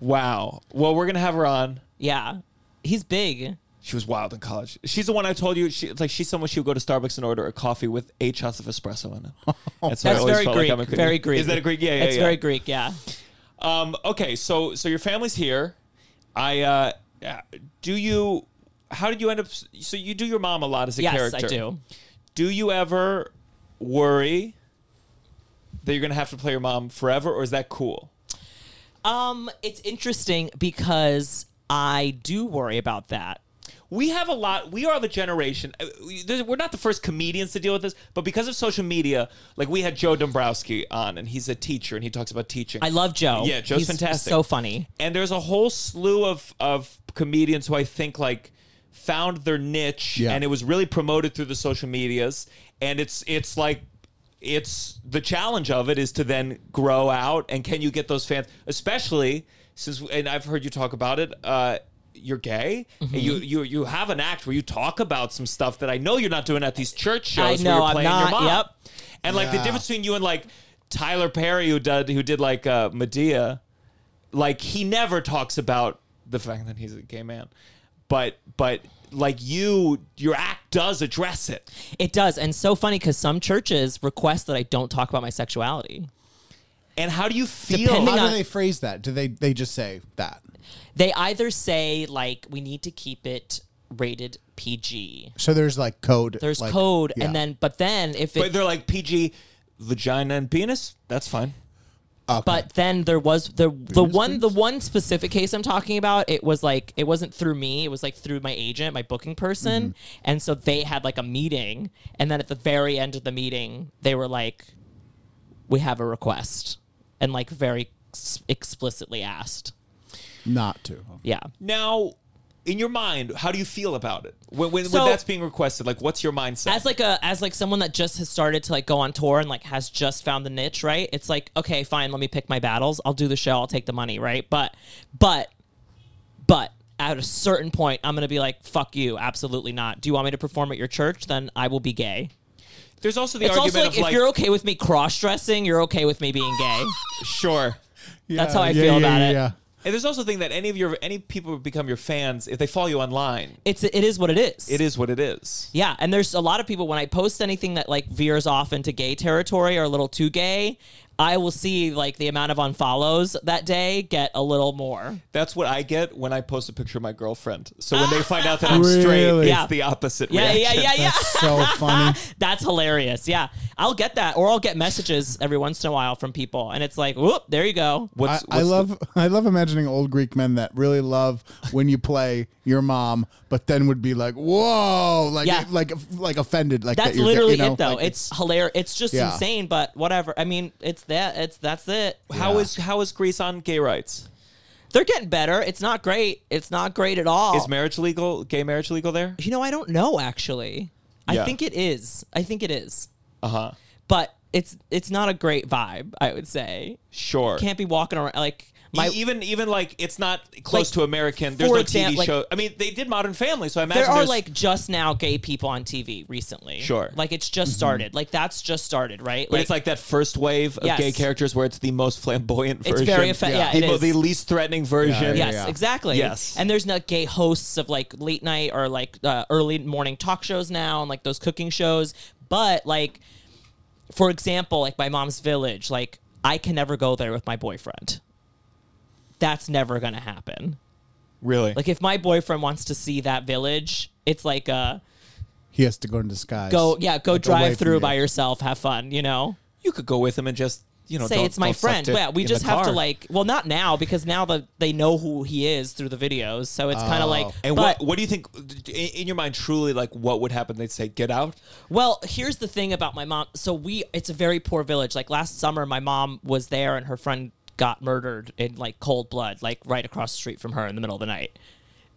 Wow. Well, we're gonna have her on.
Yeah, he's big.
She was wild in college. She's the one I told you. She like she's someone she would go to Starbucks and order a coffee with eight shots of espresso in it. That's, why I
That's
always
very
felt
Greek.
Like I'm a Greek.
very Greek.
Is that a Greek? Yeah, yeah,
It's
yeah.
very Greek. Yeah.
Um, okay, so so your family's here. I uh, do you. How did you end up? So you do your mom a lot as a
yes,
character.
I do.
Do you ever worry that you're gonna have to play your mom forever, or is that cool?
Um, it's interesting because I do worry about that.
we have a lot we are the generation uh, we- there's- we're not the first comedians to deal with this but because of social media like we had joe dombrowski on and he's a teacher and he talks about teaching
I love Joe.
yeah joe's
He's
fantastic
So funny.
and there's a whole slew of of comedians who i think like found their niche
Yeah.
and it was really promoted through the social medias and it's it's like it's the challenge of it is to then grow out and can you get those fans especially since and i've heard you talk about it uh you're gay.
Mm-hmm.
and You you you have an act where you talk about some stuff that I know you're not doing at these church
I
shows.
know,
where you're
I'm
playing
not,
Your mom.
yep.
And like the
Yeah.
difference between you and like Tyler Perry, who did who did like uh, Medea, like he never talks about the fact that he's a gay man, but but like you, your act does address it.
It does, and so funny because some churches request that I don't talk about my sexuality.
And how do you feel?
Depending
How
on-
do they phrase that? Do they they just say that?
They either say like we need to keep it rated PG.
So there's like code.
There's
like-
code,
yeah.
and then but then if it
but they're like PG, vagina and penis. That's fine.
But then there was the the one the one specific case I'm talking about. It was like it wasn't through me. It was like through my agent, my booking person, and so they had like a meeting, and then at the very end of the meeting, they were like, "We have a request," and like very s- explicitly asked.
not to.
Yeah.
Now, in your mind, how do you feel about it when when,
So-
when that's being requested? Like, what's your mindset?
as like a as like someone that just has started to like go on tour and like has just found the niche, right? It's like, okay, fine, let me pick my battles. I'll do the show, I'll take the money, right? But but but at a certain point, I'm gonna be like, fuck you, absolutely not. Do you want me to perform at your church? Then I will be gay.
There's also the
It's
argument
also like
of
if
like,
you're okay with me cross dressing, you're okay with me being gay.
sure.
That's how I feel about it.
And there's also the thing that any of your any people who become your fans if they follow you online.
It's it is what it is.
It is what it is.
Yeah, and there's a lot of people when I post anything that like veers off into gay territory or a little too gay, I will see like the amount of unfollows that day get a little more.
That's what I get when I post a picture of my girlfriend. So when they find out that I'm straight, it's
Really?
Yeah.
the opposite.
Yeah, yeah,
reaction.
yeah, yeah.
That's so funny.
That's hilarious. Yeah. I'll get that or I'll get messages every once in a while from people and it's like, "Whoop, there you go."
What's,
I, I
what's the-
love I love imagining old Greek men that really love when you play your mom, but then would be like, "Whoa!" Like
Yeah.
like like offended. Like
That's
that you're gay,
literally
you know?
it though.
Like,
it's hilarious. It's just
Yeah.
insane, but whatever. I mean, it's that it's that's it.
how is how is Greece on gay rights?
They're getting better. It's not great. It's not great at all.
Is marriage legal? Gay marriage legal there?
You know, I don't know actually. I
Yeah.
think it is. I think it is.
Uh huh.
But it's it's not a great vibe, I would say.
Sure.
Can't be walking around like my
E- even even like it's not close
Like,
to American. There's
for
no
exam-
TV
like-
show. I mean, they did Modern Family, so I imagine
there are
there's-
like just now gay people on TV recently.
Sure. Mm-hmm.
Like it's just started. Like that's just started, right?
But it's like that first wave of
Yes.
gay characters where it's the most flamboyant
It's
version.
very effe- yeah,
the,
it
mo-
is.
the least threatening version.
Yeah,
Yes,
yeah.
exactly.
Yes.
And there's not gay hosts of like late night or like uh, early morning talk shows now and like those cooking shows. But like, for example, like my mom's village, like I can never go there with my boyfriend. That's never going to happen.
Really?
Like if my boyfriend wants to see that village, it's like uh
he has to go in disguise.
go yeah, go
Like, away
drive
from
through
you.
by yourself, have fun, you know?
you could go with them and just you know
say
don't-
it's my
don't suck
friend.
dick
Yeah, we
in
just
the
have to
car.
like. Well, not now because now the they know who he is through the videos, so it's kind of like.
Oh. And
but,
what what do you think in, in your mind truly like what would happen? They'd say get out.
Well, here's the thing about my mom. So we, it's a very poor village. Like last summer, my mom was there and her friend got murdered in like cold blood, like right across the street from her in the middle of the night.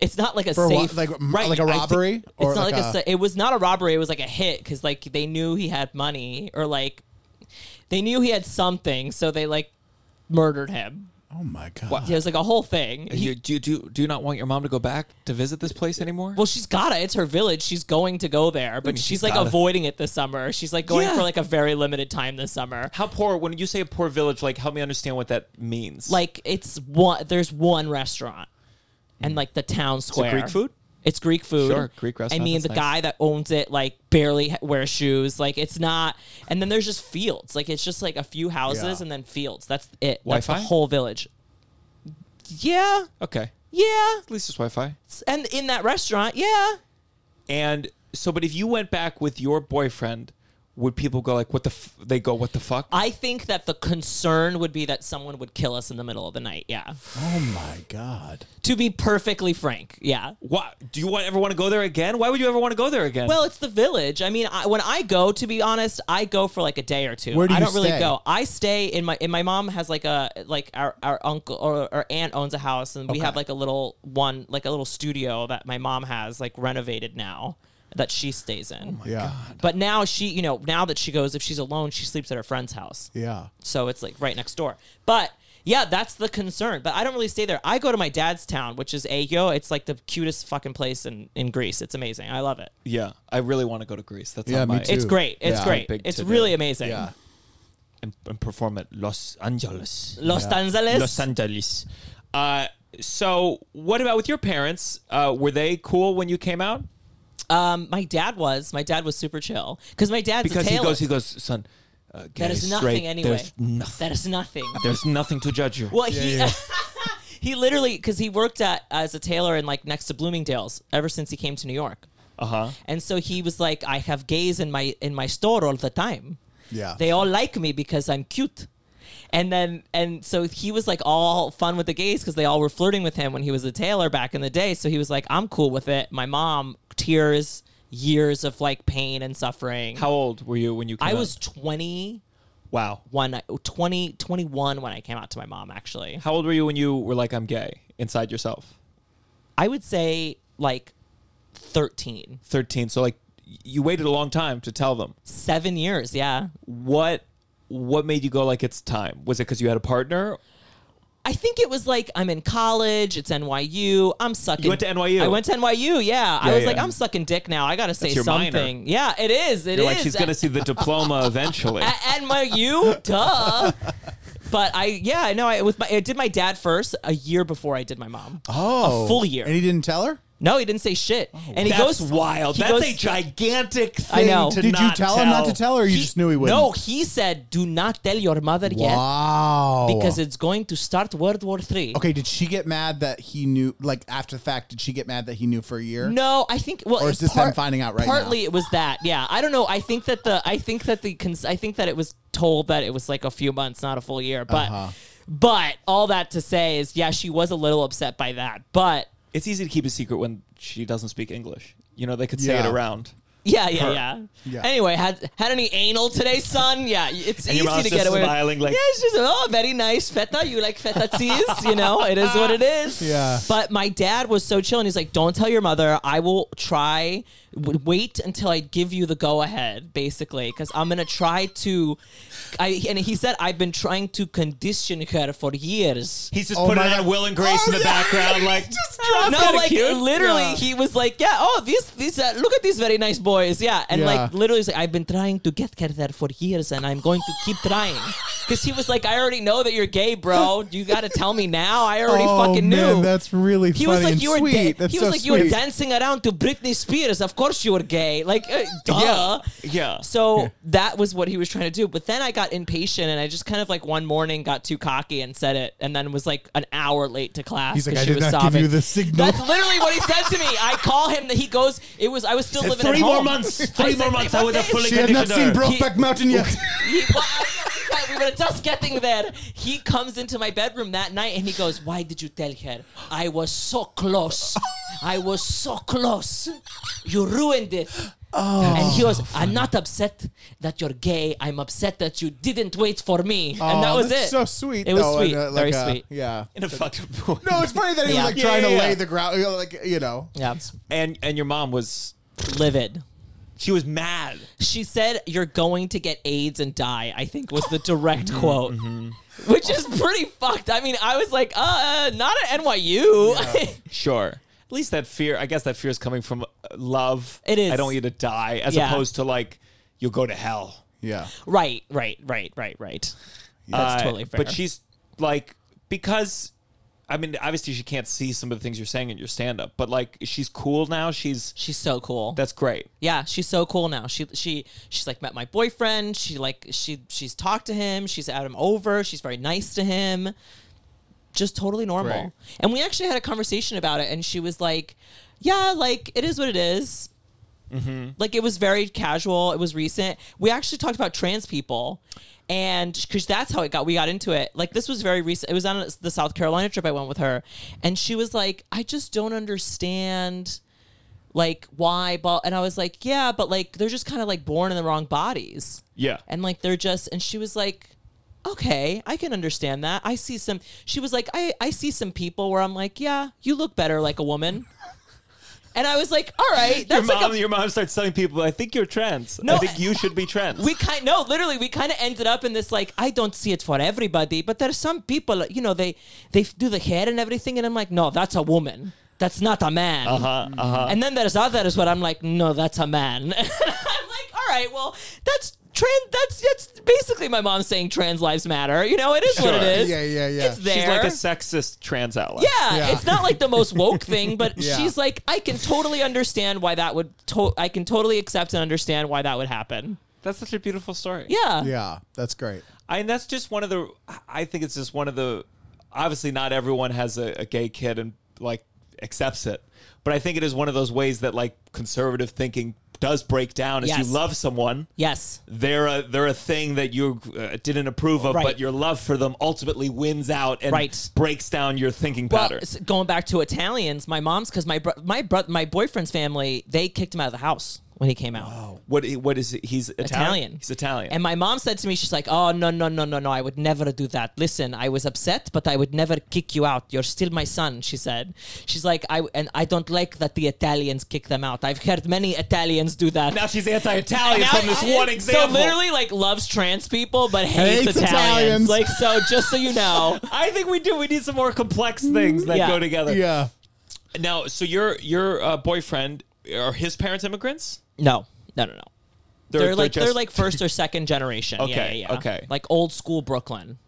It's not like a
For a wa-
safe,
like, m- like a
I thi-
robbery?
It's
Or
not like,
like
a,
a-
sa- It was not a robbery. It was like a hit because like they knew he had money or like they knew he had something, so they like murdered him.
Oh my god!
Yeah, it was like a whole thing. He-
you, do you do you- do you not want your mom to go back to visit this place anymore?
Well, she's gotta. It's her village. She's going to go there, but she's,
she's
like
gotta?
avoiding it this summer. She's like going
Yeah.
for like a very limited time this summer.
how poor? When you say a poor village, like help me understand what that means.
Like it's one. There's one restaurant, and like the town square.
Greek food?
It's Greek food.
Sure, Greek restaurant,
I mean,
that's
the
nice.
guy that owns it like barely ha- wears shoes. Like it's not. And then there's just fields. Like it's just like a few houses
Yeah.
and then fields. That's it. That's the
Wi-Fi?
whole village. Yeah,
okay, at
yeah.
least it's Wi-Fi.
And in that restaurant, yeah.
And so, but if you went back with your boyfriend, would people go like, "What the?" F-? They go, "What the fuck?"
I think that the concern would be that someone would kill us in the middle of the night. Yeah.
Oh my god!
To be perfectly frank, yeah.
Why do you want, ever want to go there again? Why would you ever want to go there again?
Well, it's the village. I mean, I, when I go, to be honest, I go for like a day or two.
Where do
I
you
don't really
stay?
go. I stay in my. And my mom has like a like our, our uncle or our aunt owns a house, and we have like a little one like a little studio that my mom has like renovated now that she stays in.
yeah,
But now she, you know, now that she goes, if she's alone, she sleeps at her friend's house.
yeah.
So it's like right next door. But yeah, that's the concern. But I don't really stay there. I go to my dad's town, which is Aegyo. It's like the cutest fucking place in, in Greece. It's amazing. I love it.
yeah, I really want to go to Greece. That's
Yeah,
on
me
my.
too.
It's great. It's
Yeah.
great.
Big
It's
to
really
do.
amazing.
Yeah.
And, and perform at Los Angeles.
Los Angeles.
Los Angeles. Uh, so, what about with your parents? Uh, were they cool when you came out?
um, my dad was. My dad was super chill because my dad's
Because
a
he
tailor.
goes, he goes, son,
uh, gay,
That is nothing
straight,
anyway.
There's nothing.
That is nothing.
There's nothing to judge you.
Well, he he literally because he worked at as a tailor in like next to Bloomingdale's ever since he came to New York,
Uh huh.
and so he was like, I have gays in my in my store all the time.
Yeah.
they all like me because I'm cute. And then, and so he was like all fun with the gays because they all were flirting with him when he was a tailor back in the day. So he was like, I'm cool with it. My mom, tears, years of like pain and suffering.
How old were you when you? Came
I
out?
was 20
wow.
when, 20, 21 when I came out to my mom, actually.
How old were you when you were like, I'm gay inside yourself?
I would say like 13,
Thirteen. So like, y- you waited a long time to tell them.
seven years. Yeah.
What What made you go like it's time? Was it because you had a partner?
I think it was like I'm in college. It's NYU. I'm sucking.
You went to NYU?
I went to NYU. Yeah, I
Yeah,
was like,
yeah.
I'm sucking dick now. I gotta say
your minor.
something. Yeah, it is. It is.
You're like, she's gonna see the diploma eventually.
at NYU, duh. But I, yeah, I know. I with my, I did my dad first a year before I did my mom.
Oh,
a full year.
And he didn't tell her.
no, he didn't say shit. and he
Oh, That's
goes
wild.
he
That's
goes-
a gigantic thing.
I know.
to
Did you
not
tell, him not to tell her? Or you
he-
just knew he wouldn't.
No, he said, "Do not tell your mother yet."
Wow.
Because it's going to start World War Three.
okay, did she get mad that he knew? Like after the fact, did she get mad that he knew for a year?
No, I think. Well,
Or is this them finding out right now?
Partly it was that. Yeah, I don't know. I think that the I think that the cons- I think that it was told that it was like a few months, not a full year. But
Uh-huh.
but all that to say is, yeah, she was a little upset by that. But
It's easy to keep a secret when she doesn't speak English. You know, they could say
Yeah.
it around.
yeah, yeah,
Her.
yeah,
Yeah.
Anyway, had had any anal today, son? Yeah, it's
And your
easy
mom's
to
just
get away. with-
smiling like-
yeah, it's just oh, very nice feta. You like feta cheese? you know, it is what it is.
Yeah.
But my dad was so chill, and he's like, "Don't tell your mother. I will try. W- wait until I give you the go ahead, basically, because I'm gonna try to." I and he said, "I've been trying to condition her for years."
He's just
Oh
putting
my
on
God.
Will and Grace
Oh,
in the background, like
no,
kinda
like
cute.
literally,
Yeah.
he was like, "Yeah, oh, these, these, uh, look at these very nice boys, yeah." And
Yeah.
like literally, he's like, I've been trying to get her there for years, and I'm going to keep trying. Because he was like, "I already know that you're gay, bro. You got to tell me now. I already
Oh,
fucking
man,
knew."
That's really
he
funny
was like,
and
"You were,
sweet.
da-
That's
he was
so
like,
sweet.
you were dancing around to Britney Spears. Of course, you were gay. Like, uh, duh."
yeah.
So that was what he was trying to do. But then I got impatient and I just kind of like one morning got too cocky and said it and then was like an hour late to class.
He's like,
'cause
"I
she
did not
was
give
sobbing."
you the signal.
That's literally what he said to me. I call him that he goes, it was, I was still living at
three more
home."
months.
I
Three
said,
more
"Three
months.
more
I would have
days."
fully
She had not seen
conditioned her.
Brokeback Mountain yet.
He- well, I- we were just getting there. He comes into my bedroom that night and he goes, Why did you tell her? I was so close. I was so close. You ruined it.
Oh.
and he goes, I'm not upset that you're gay. I'm upset that you didn't wait for me. and that
Oh,
was
that's
it.
So sweet.
It was
though,
sweet.
and, uh,
Very
like, uh,
sweet.
Yeah.
in a fucked up way.
No, it's funny that he
Yeah.
was like
Yeah,
trying
yeah,
to lay
yeah.
the ground, you know, like you know.
Yeah.
And and your mom was
Livid.
she was mad.
She said, You're going to get AIDS and die, I think was the
Mm-hmm,
direct quote. Which is pretty fucked. I mean, I was like, uh, not at NYU.
Sure. At least that fear. I guess that fear is coming from uh, love.
It is.
I don't want you to die, as
Yeah.
opposed to like you'll go to hell.
Yeah.
Right, right, right, right, right. That's
Uh,
totally fair.
But she's like because I mean obviously she can't see some of the things you're saying in your stand up, but like she's cool now. She's
she's so cool.
that's great.
yeah, she's so cool now. She she she's like met my boyfriend. She like she she's talked to him. She's had him over. She's very nice to him. Just totally normal.
Right.
And we actually had a conversation about it, and she was like, "Yeah, like it is what it is." Like it was very casual. It was recent. We actually talked about trans people, and because that's how it got. We got into it. Like this was very recent. It was on the South Carolina trip I went with her, and she was like, "I just don't understand." Like why, but and I was like, yeah, but like they're just kind of like born in the wrong bodies,
Yeah.
and like they're just. And she was like, okay, I can understand that. I see some. She was like, I I see some people where I'm like, yeah, you look better like a woman, and I was like, all right,
your
that's
mom,
like a
your mom starts telling people, "I think you're trans.
No,
I think you should be trans."
we kind no literally we kind of ended up in this like i don't see it for everybody but there are some people you know they they do the hair and everything and i'm like no that's a woman that's not a man
uh, uh,
and then there's others where i'm like no that's a man i'm like all right well that's trans that's that's basically my mom saying trans lives matter you know it is what it
Sure.
is
Yeah, yeah, yeah.
it's there
she's like a sexist trans ally.
yeah,
Yeah.
it's not like the most woke thing, but
Yeah.
she's like, I can totally understand why that would. To- I can totally accept and understand why that would happen.
That's such a beautiful story.
Yeah.
Yeah, that's great.
I and that's just one of the. I think it's just one of the. Obviously, not everyone has a, a gay kid and like accepts it, but I think it is one of those ways that like conservative thinking does break down. Is
Yes.
you love someone,
Yes.
they're a they're a thing that you uh, didn't approve of,
Right.
but your love for them ultimately wins out and
Right.
breaks down your thinking
Well,
pattern.
s- going back to Italians, my mom's because my bro- my bro- my boyfriend's family they kicked him out of the house when he came out.
What what is it? he's Italian?
Italian.
He's Italian.
And my mom said to me, she's like, "Oh no no no no no, I would never do that. Listen, I was upset, but I would never kick you out. You're still my son." She said. She's like, "I and I don't like that the Italians kick them out. I've heard many Italians do that."
now she's anti-Italian from this one example.
So literally, like loves trans people but hates,
Hates
Italians.
Italians.
Like so, just so you know,
I think we do. We need some more complex things that
Yeah.
go together.
Yeah.
Now, so your your uh, boyfriend are his parents immigrants?
no, no, no, no. They're, like they're
just-
like first or second generation. Yeah,
Okay,
yeah, yeah.
okay.
Like old school Brooklyn.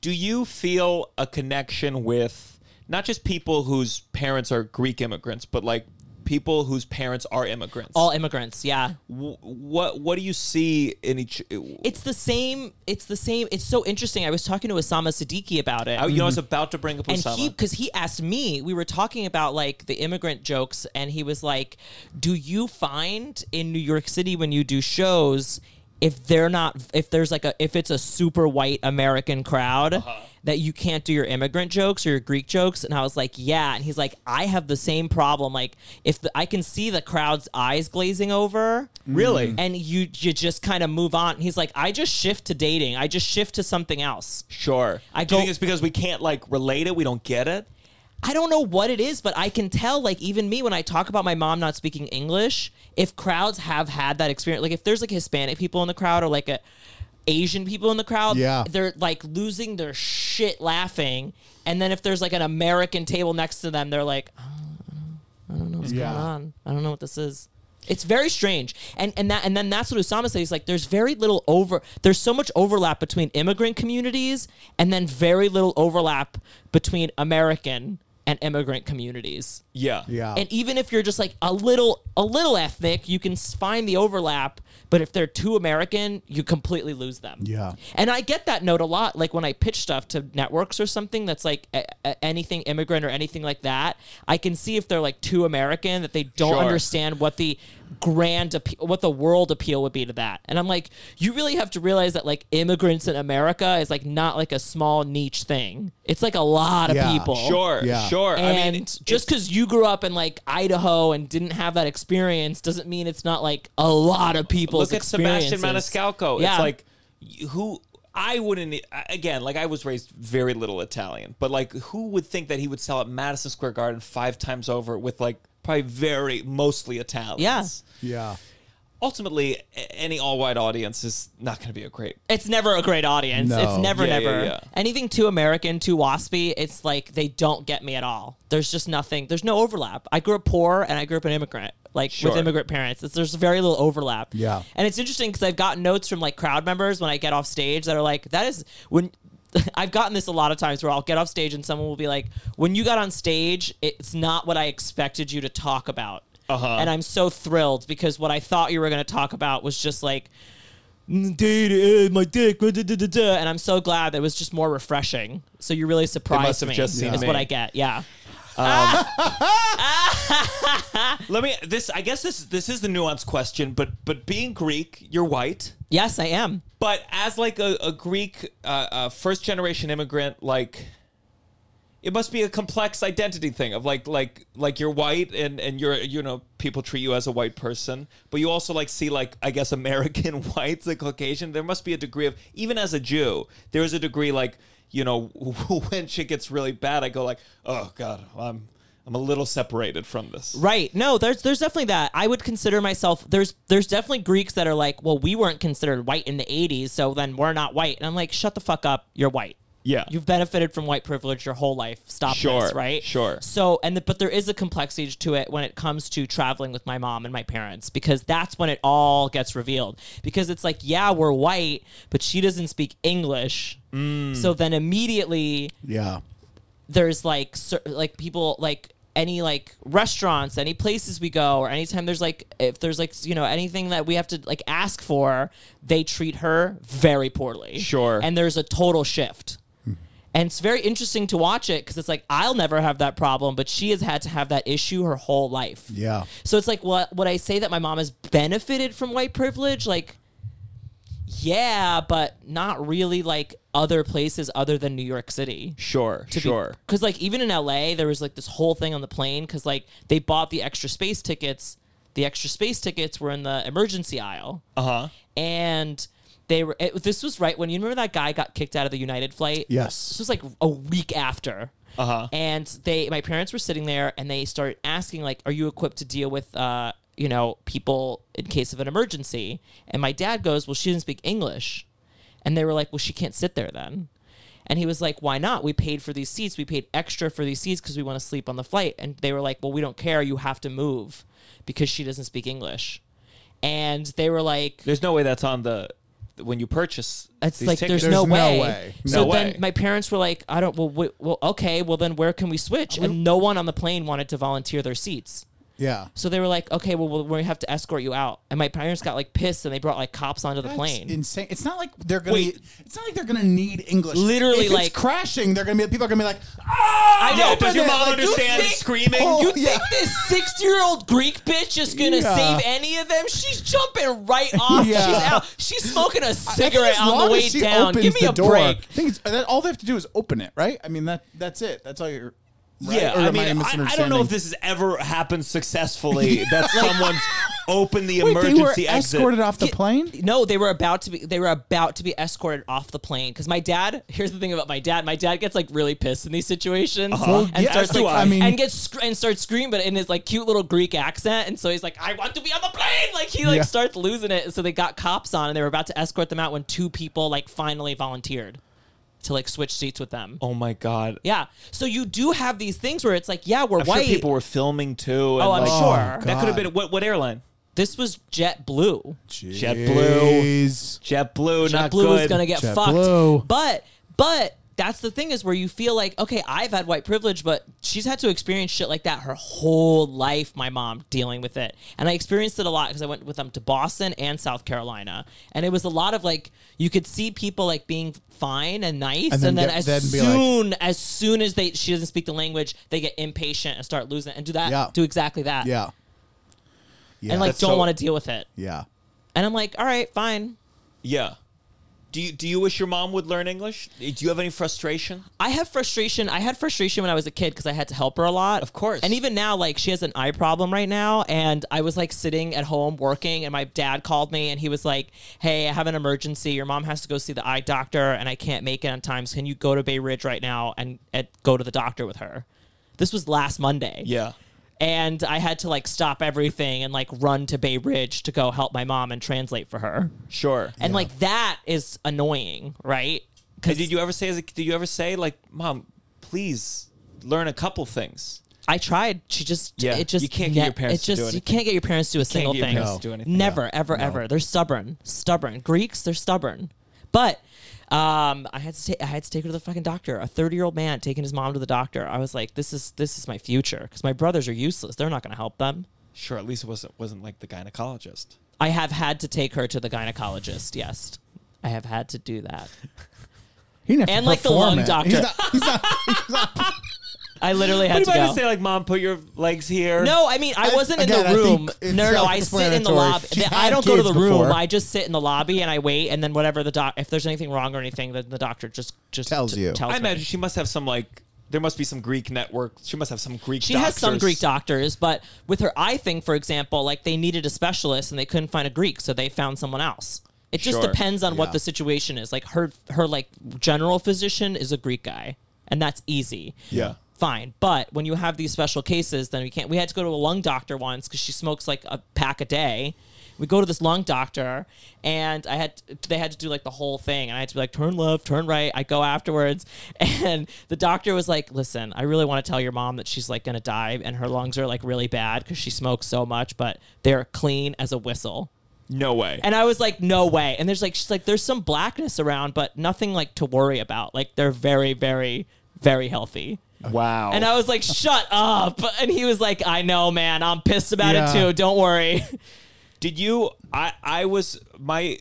Do you feel a connection with not just people whose parents are Greek immigrants, but like people whose parents are immigrants?
All immigrants, yeah.
Wh- what what do you see in each?
It's the same. It's the same. It's so interesting. I was talking to Osama Siddiqui about it.
I, uh, you know, I was about to bring up
and
Osama.
he because he asked me we were talking about like the immigrant jokes and he was like do you find in new york city when you do shows if they're not if there's like a if it's a super white american crowd that you can't do your immigrant jokes or your greek jokes and i was like yeah and he's like i have the same problem like if the, i can see the crowd's eyes glazing over
really
and you you just kind of move on and he's like i just shift to dating i just shift to something else
sure.
I
do you
go-
think it's because we can't like relate it. We don't get it.
I don't know what it is, but I can tell, like, even me, when I talk about my mom not speaking English, if crowds have had that experience, like, if there's like Hispanic people in the crowd or like a Asian people in the crowd,
Yeah.
they're like losing their shit laughing. And then if there's like an American table next to them, they're like, going
Yeah.
on? I don't know what this is. It's very strange, and and that and then that's what Osama said. He's like, there's very little over. There's so much overlap between immigrant communities, and then very little overlap between American and immigrant communities.
Yeah.
Yeah.
And e- even if you're just like a little a little ethnic, you can s- find the overlap. But if they're too American, you completely lose them.
Yeah.
And I get that note a lot. Like when I pitch stuff to networks or something that's like a, a- anything immigrant or anything like that, I can see if they're like too American that they don't
Sure.
understand what the grand appe- what the world appeal would be to that. And I'm like, you really have to realize that like immigrants in America is like not like a small niche thing. It's like a lot of
Yeah.
people.
Sure.
Yeah.
Sure.
And
I mean, it's-
just because you grew up in like Idaho and didn't have that experience doesn't mean it's not like a lot of people's
look at Sebastian
experiences.
Maniscalco.
Yeah.
It's like y- who I wouldn't I- again. Like I was raised very little Italian, but like who would think that he would sell at Madison Square Garden five times over with like probably very mostly Italians.
Yeah.
yeah.
Ultimately, a- any all white audience is not going to be a great.
it's never a great audience.
No.
It's never,
Yeah, yeah,
never
yeah.
anything too American, too waspy. It's like they don't get me at all. There's just nothing. There's no overlap. I grew up poor and I grew up an immigrant, like
Sure.
with immigrant parents. It's, there's very little overlap.
Yeah.
and it's interesting because I've gotten notes from like crowd members when I get off stage that are like, "That is when." I've gotten this a lot of times where I'll get off stage and someone will be like, "When you got on stage, it's not what I expected you to talk about." Uh-huh. And I'm so thrilled because what I thought you were going to talk about was just like date, uh, my dick, uh, da, da, da, da. and I'm so glad that it was just more refreshing. So you really surprised
must have
me.
just seen
is
me.
what I get. Yeah,
Let me this. I guess this this is the nuanced question, but but being Greek, you're white.
yes, I am.
But as like a, a Greek uh, uh, first generation immigrant, like it must be a complex identity thing of like like like you're white and and you're you know people treat you as a white person, but you also like see like I guess American whites like Caucasian. There must be a degree of even as a Jew, there is a degree like you know when shit gets really bad, I go like oh god, I'm I'm a little separated from this.
Right? No, there's there's definitely that. I would consider myself there's there's definitely Greeks that are like, well, we weren't considered white in the '80s, so then we're not white. And I'm like, shut the fuck up, you're white.
Yeah.
You've benefited from white privilege your whole life. Stop
Sure,
this, right?
sure.
So, and the, but there is a complexity to it when it comes to traveling with my mom and my parents because that's when it all gets revealed. Because it's like, yeah, we're white, but she doesn't speak English.
Mm.
So then immediately
Yeah.
there's like cer- like people like any like restaurants, any places we go, or anytime there's like if there's like you know anything that we have to like ask for, they treat her very poorly.
Sure.
and there's a total shift. And it's very interesting to watch it because it's like I'll never have that problem, but she has had to have that issue her whole life.
Yeah.
So it's like, what would I say that my mom has benefited from white privilege? Like, yeah, but not really like other places other than New York City.
Sure, sure.
Because like even in LA, there was like this whole thing on the plane because like they bought the extra space tickets. The extra space tickets were in the emergency aisle,
Uh huh.
and they were. It, this was right when you remember that guy got kicked out of the United flight.
Yes.
this was like a week after. Uh
Uh-huh.
And they, my parents were sitting there, and they started asking like, "Are you equipped to deal with, uh, you know, people in case of an emergency?" And my dad goes, "Well, she didn't speak English," and they were like, "Well, she can't sit there then." And he was like, "Why not? We paid for these seats. We paid extra for these seats because we want to sleep on the flight." And they were like, "Well, we don't care. You have to move because she doesn't speak English." And they were like,
There's no way that's on the when you purchase.
it's
these
like
tickets.
there's, no,
There's no
way.
way.
So
No
then
way.
my parents were like, I don't. Well, wait, well, okay. Well, then where can we switch? And no one on the plane wanted to volunteer their seats.
Yeah.
So they were like, okay, well, we'll- we have to escort you out. And my parents got like pissed, and they brought like cops onto the plane.
It's insane. It's not like they're gonna. e-
Wait.
It's not like they're gonna need English. If
Literally,
it's
like-
crashing. They're gonna be. People are gonna be like, ah!
I know.
open
Does your
it!"
mom
Like, you
understand
think-
screaming?
Oh,
you
yeah.
think this 60 year old Greek bitch is gonna
Yeah.
save any of them? She's jumping right off.
Yeah.
She's out. She's smoking a
I think
cigarette
as
on
long
the way
as she
down.
opens
Give me
the
a
door,
break.
I think it's, that, all they have to do is open it, right? I mean that. That's it. That's all you're. right?
Yeah,
Or
I
am
mean, I, I don't know
misunderstanding?
if this has ever happened successfully. that someone's opened the
Wait,
emergency
they were
exit.
escorted off the
Get-
plane.
No, they were about to be. They were about to be escorted off the plane because my dad. Here's the thing about my dad. My dad gets like really pissed in these situations
Uh-huh.
and
yeah,
starts
as do
like
I. I mean-
and gets sc- and starts screaming, but in his like cute little Greek accent. And so he's like, "I want to be on the plane!" Like he like
Yeah.
starts losing it. And so they got cops on, and they were about to escort them out when two people like finally volunteered to like switch seats with them.
Oh my god!
Yeah. So you do have these things where it's like, yeah, we're
I'm sure
white.
people were filming too. And
Oh, I'm
like,
sure.
that could have been what? What airline?
this was JetBlue.
JetBlue.
Jeez.
JetBlue. not
JetBlue
good.
is gonna get
JetBlue.
fucked. But but that's the thing is where you feel like okay, I've had white privilege, but she's had to experience shit like that her whole life. My mom dealing with it, and I experienced it a lot because I went with them to Boston and South Carolina, and it was a lot of like you could see people like being fine and nice, and
And then
then,
get-
as
then be like-
soon as soon as they she doesn't speak the language, they get impatient and start losing it and do that
Yeah.
do exactly that,
Yeah. Yeah.
and like
That's
don't
so-
want to deal with it,
yeah.
and I'm like, all right, fine.
Yeah. Do you do you wish your mom would learn English? Do you have any frustration?
I have frustration. I had frustration when I was a kid because I had to help her a lot. Of
course.
And even now, like, she has an eye problem right now. And I was like sitting at home working, and my dad called me and he was like, Hey, I have an emergency. Your mom has to go see the eye doctor, and I can't make it on time. So can you go to Bay Ridge right now and, and go to the doctor with her? This was last Monday.
Yeah.
And I had to like stop everything and like run to Bay Ridge to go help my mom and translate for her.
Sure.
And like, that is annoying, right?
And did you ever say? as a- Did you ever say like, "Mom, please learn a couple things"?
I tried. She just
Yeah,
It just
you can't get your parents to
It
do
just you
anything.
can't get your parents to do a single
get your
thing.
parents to do anything.
Never, ever, ever. They're stubborn, stubborn. Greeks, they're stubborn. But um, I had to take I had to take her to the fucking doctor. A thirty year old man taking his mom to the doctor. I was like, this is this is my future because my brothers are useless. They're not going to help them.
Sure. At least it wasn't wasn't like the gynecologist.
I have had to take her to the gynecologist. Yes, I have had to do that.
He didn't have
And,
to
like, the
perform
lung
it.
doctor.
He's not, he's not, he's not,
I literally had
What
to
about
go.
to say like, "Mom, put your legs here"?
No, I mean I
I-
wasn't
again,
in
I
the
think
room.
it's
No, no, no, I sit in the
self-explanatory.
lobby.
She's
I
had
don't go to the
kids
room.
before.
I just sit in the lobby and I wait, and then whatever the doc, if there's anything wrong or anything, then the doctor just just
Tells
t-
you.
Tells
I
me.
imagine she must have some like. There must be some Greek network. She must have some Greek.
She has some
doctors.
Greek doctors, but with her eye thing, for example, like they needed a specialist and they couldn't find a Greek, so they found someone else. It just
Sure.
depends on what
Yeah.
the situation is. Like her, her like general physician is a Greek guy, and that's easy.
Yeah.
fine. But when you have these special cases, then we can't. We had to go to a lung doctor once because she smokes like a pack a day. We go to this lung doctor, and I had they had to do like the whole thing, and I had to be like turn left, turn right. I go afterwards, and the doctor was like, "Listen, I really want to tell your mom that she's like gonna die, and her lungs are like really bad because she smokes so much, but they're clean as a whistle."
No way.
And I was like, no way. And there's like, she's like, there's some blackness around, but nothing like to worry about. Like they're very, very, very healthy.
Wow.
And I was like, shut up. And he was like, I know, man. I'm pissed about
Yeah.
it too. Don't worry.
Did you? I I was my.